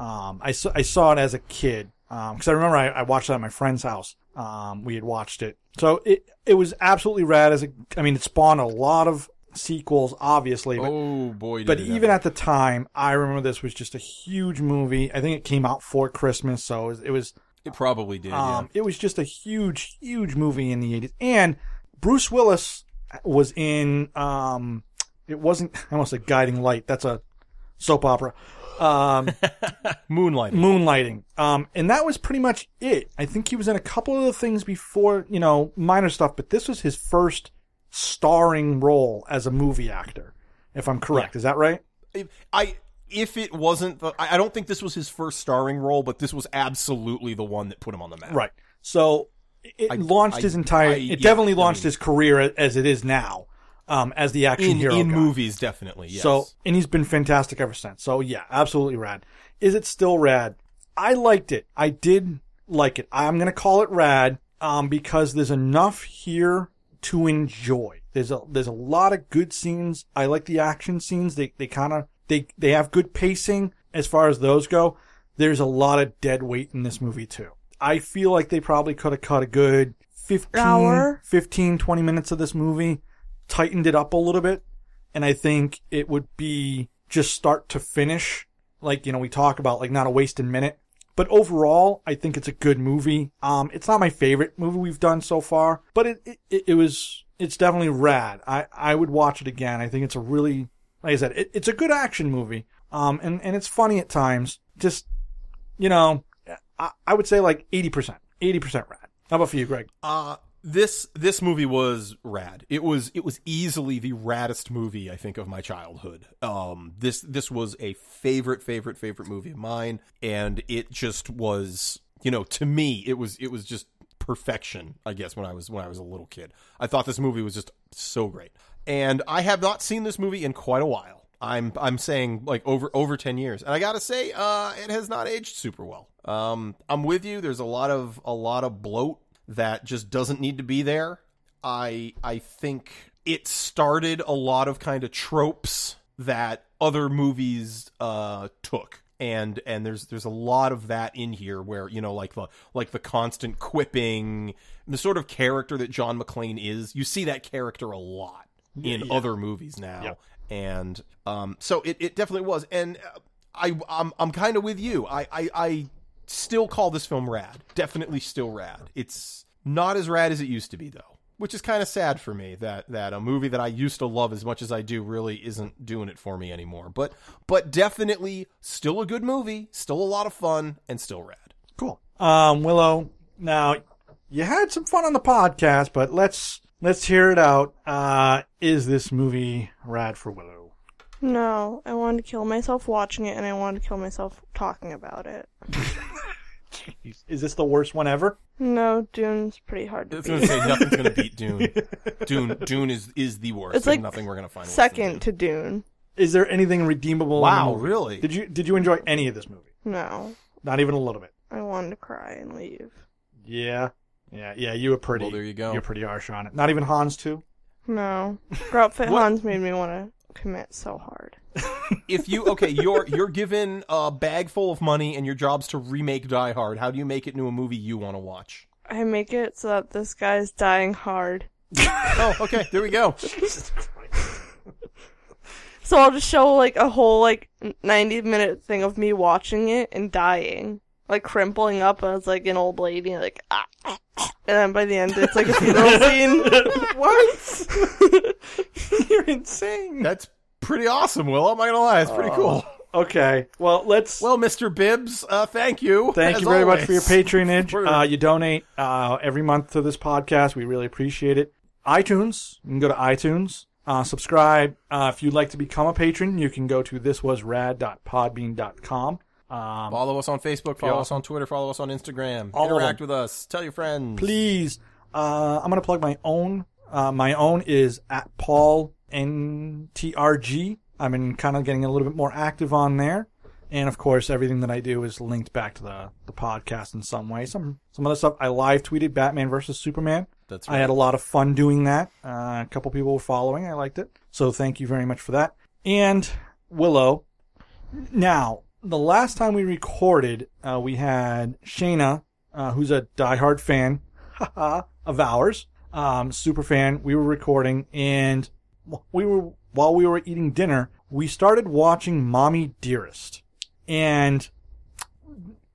[SPEAKER 2] um, I saw, I saw it as a kid because I remember I, I watched it at my friend's house. Um, we had watched it, so it it was absolutely rad. As a, I mean, it spawned a lot of sequels, obviously. But,
[SPEAKER 3] Oh boy! did
[SPEAKER 2] but
[SPEAKER 3] it
[SPEAKER 2] even
[SPEAKER 3] ever.
[SPEAKER 2] at the time, I remember this was just a huge movie. I think it came out for Christmas, so it was, it was
[SPEAKER 3] it probably did.
[SPEAKER 2] um, it was just a huge, huge movie in the 80s. And Bruce Willis was in, um, it wasn't, I almost said Guiding Light. That's a soap opera. Um,
[SPEAKER 3] yeah. Moonlighting.
[SPEAKER 2] Moonlighting. Um, and that was pretty much it. I think he was in a couple of the things before, you know, minor stuff, but this was his first starring role as a movie actor, if I'm correct. Is that right?
[SPEAKER 3] if, I if it wasn't the, I I don't think this was his first starring role, but this was absolutely the one that put him on the map.
[SPEAKER 2] Right. So it
[SPEAKER 3] I-
[SPEAKER 2] launched
[SPEAKER 3] I-
[SPEAKER 2] his entire,
[SPEAKER 3] I-
[SPEAKER 2] it
[SPEAKER 3] yeah,
[SPEAKER 2] definitely
[SPEAKER 3] I
[SPEAKER 2] launched
[SPEAKER 3] mean-
[SPEAKER 2] his career a- as it is now. Um, as the action
[SPEAKER 3] in
[SPEAKER 2] hero
[SPEAKER 3] in
[SPEAKER 2] guy.
[SPEAKER 3] movies, definitely. Yes.
[SPEAKER 2] So, and he's been fantastic ever since. So, yeah, absolutely rad. Is it still rad? I liked it. I did like it. I'm going to call it rad um, because there's enough here to enjoy. There's a there's a lot of good scenes. I like the action scenes. They they kind of they they have good pacing as far as those go. There's a lot of dead weight in this movie too. I feel like they probably could have cut a good 15
[SPEAKER 4] Hour?
[SPEAKER 2] 15 20 minutes of this movie, tightened it up a little bit and I think it would be just start to finish. Like, you know, we talk about like not a wasted minute. But overall, I think it's a good movie. Um, it's not my favorite movie we've done so far, but it, it, it was, it's definitely rad. I, I would watch it again. I think it's a really, like I said, it, it's a good action movie. Um, and, and it's funny at times. Just, you know, I, I would say like 80%, 80% rad. How about for you, Greg?
[SPEAKER 3] uh this this movie was rad. It was it was easily the raddest movie I think of my childhood. Um this this was a favorite favorite favorite movie of mine and it just was, you know, to me it was it was just perfection, I guess when I was when I was a little kid. I thought this movie was just so great. And I have not seen this movie in quite a while. I'm I'm saying like over over 10 years. And I got to say uh it has not aged super well. Um I'm with you. There's a lot of a lot of bloat that just doesn't need to be there. I I think it started a lot of kind of tropes that other movies uh took. And and there's there's a lot of that in here where, you know, like the like the constant quipping, the sort of character that John McClane is, you see that character a lot in other movies now. And um so it, it definitely was. And uh, I I'm I'm kind of with you. I I, I still call this film rad. Definitely still rad. It's not as rad as it used to be though, which is kind of sad for me that that a movie that I used to love as much as I do really isn't doing it for me anymore. But but definitely still a good movie, still a lot of fun and still rad.
[SPEAKER 2] Cool. Um, Willow, now you had some fun on the podcast, but let's let's hear it out. Uh, is this movie rad for Willow?
[SPEAKER 4] No, I wanted to kill myself watching it, and I wanted to kill myself talking about it.
[SPEAKER 2] Is this the worst one ever?
[SPEAKER 4] No, Dune's pretty hard
[SPEAKER 3] I
[SPEAKER 4] to
[SPEAKER 3] was going
[SPEAKER 4] beat.
[SPEAKER 3] to say nothing's going to beat Dune. Dune Dune is is the worst.
[SPEAKER 4] It's like
[SPEAKER 3] There's nothing we're going to find worse than Dune.
[SPEAKER 4] Second to Dune.
[SPEAKER 2] Is there anything redeemable? in the
[SPEAKER 3] Wow,
[SPEAKER 2] movie?
[SPEAKER 3] really?
[SPEAKER 2] Did you did you enjoy any of this movie?
[SPEAKER 4] No,
[SPEAKER 2] Not even a little bit.
[SPEAKER 4] I wanted to cry and leave.
[SPEAKER 2] Yeah, yeah, yeah. You were pretty.
[SPEAKER 3] Well, there you go.
[SPEAKER 2] You're pretty harsh on it. Not even Hans too.
[SPEAKER 4] No, Grout Fit
[SPEAKER 3] What?
[SPEAKER 4] Hans made me want to commit so hard.
[SPEAKER 3] if you okay, you're you're given a bag full of money and your job's to remake Die Hard. How do you make it into a movie you want to watch?
[SPEAKER 4] I make it so that this guy's dying hard.
[SPEAKER 3] Oh, okay, there we go.
[SPEAKER 4] So I'll just show like a whole like 90 minute thing of me watching it and dying. Like crimpling up as like an old lady, like ah, ah, ah. and then by the end it's like a funeral scene.
[SPEAKER 2] What? you're insane.
[SPEAKER 3] That's pretty awesome, Will. I'm not gonna lie, it's pretty cool.
[SPEAKER 2] Okay. Well, let's.
[SPEAKER 3] Uh, Well, Mr. Bibbs, uh, thank you.
[SPEAKER 2] Thank
[SPEAKER 3] as
[SPEAKER 2] you very much for your
[SPEAKER 3] always.
[SPEAKER 2] patronage.
[SPEAKER 3] Word.
[SPEAKER 2] Uh, you donate uh, every month to this podcast. We really appreciate it. iTunes, you can go to iTunes, uh, subscribe. Uh, if you'd like to become a patron, you can go to thiswasrad.podbean.com. Um,
[SPEAKER 3] Follow us on Facebook. Follow us on Twitter. Follow us on Instagram.
[SPEAKER 2] All of
[SPEAKER 3] Interact
[SPEAKER 2] them.
[SPEAKER 3] with us. Tell your friends.
[SPEAKER 2] please, uh, I'm going to plug my own Uh, my own is at Paul NTRG. I've been kind of getting a little bit more active on there. And of course, everything that I do is linked back to the, the podcast in some way. Some some other stuff I live tweeted Batman versus Superman.
[SPEAKER 3] That's
[SPEAKER 2] I had a lot of fun doing that. Uh, a couple people were following. I liked it. So thank you very much for that. And Willow. Now, the last time we recorded, uh, we had Shayna, uh, who's a diehard fan of ours, um, super fan. We were recording and we were, while we were eating dinner, we started watching Mommy Dearest. And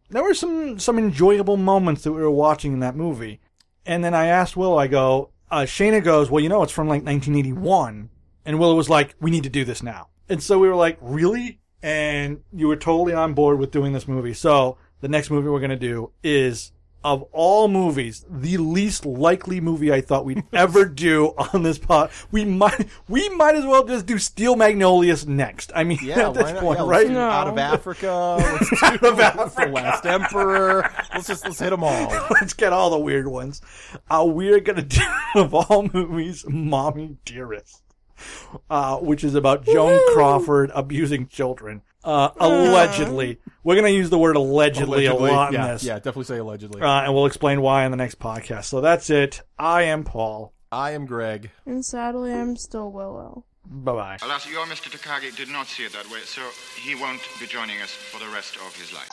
[SPEAKER 2] there were some, some enjoyable moments that we were watching in that movie. And then I asked Willow, I go, uh, Shayna goes, well, you know, it's from like 1981. And Willow was like, we need to do this now. And so we were like, really? And you were totally on board with doing this movie. So the next movie we're going to do is, of all movies, the least likely movie I thought we'd ever do on this pod. We might, we might as well just do Steel Magnolias next. I mean,
[SPEAKER 3] Yeah,
[SPEAKER 2] at this
[SPEAKER 3] why not?
[SPEAKER 2] point,
[SPEAKER 3] Yeah, let's
[SPEAKER 2] right?
[SPEAKER 3] do
[SPEAKER 5] No.
[SPEAKER 3] Out of Africa, let's do out of Africa. the Last Emperor. Let's just let's hit them all.
[SPEAKER 2] Let's get all the weird ones. Uh, we're gonna do of all movies, "Mommy Dearest," uh, which is about Joan Crawford abusing children. Uh, allegedly, we're gonna use the word allegedly, a lot
[SPEAKER 3] yeah,
[SPEAKER 2] in this,
[SPEAKER 3] yeah, definitely say allegedly.
[SPEAKER 2] uh, and we'll explain why in the next podcast. So that's it. I am Paul.
[SPEAKER 3] I am Greg.
[SPEAKER 4] And sadly, I'm still Willow.
[SPEAKER 2] Bye bye.
[SPEAKER 6] Alas, your Mr. Takagi did not see it that way, so he won't be joining us for the rest of his life.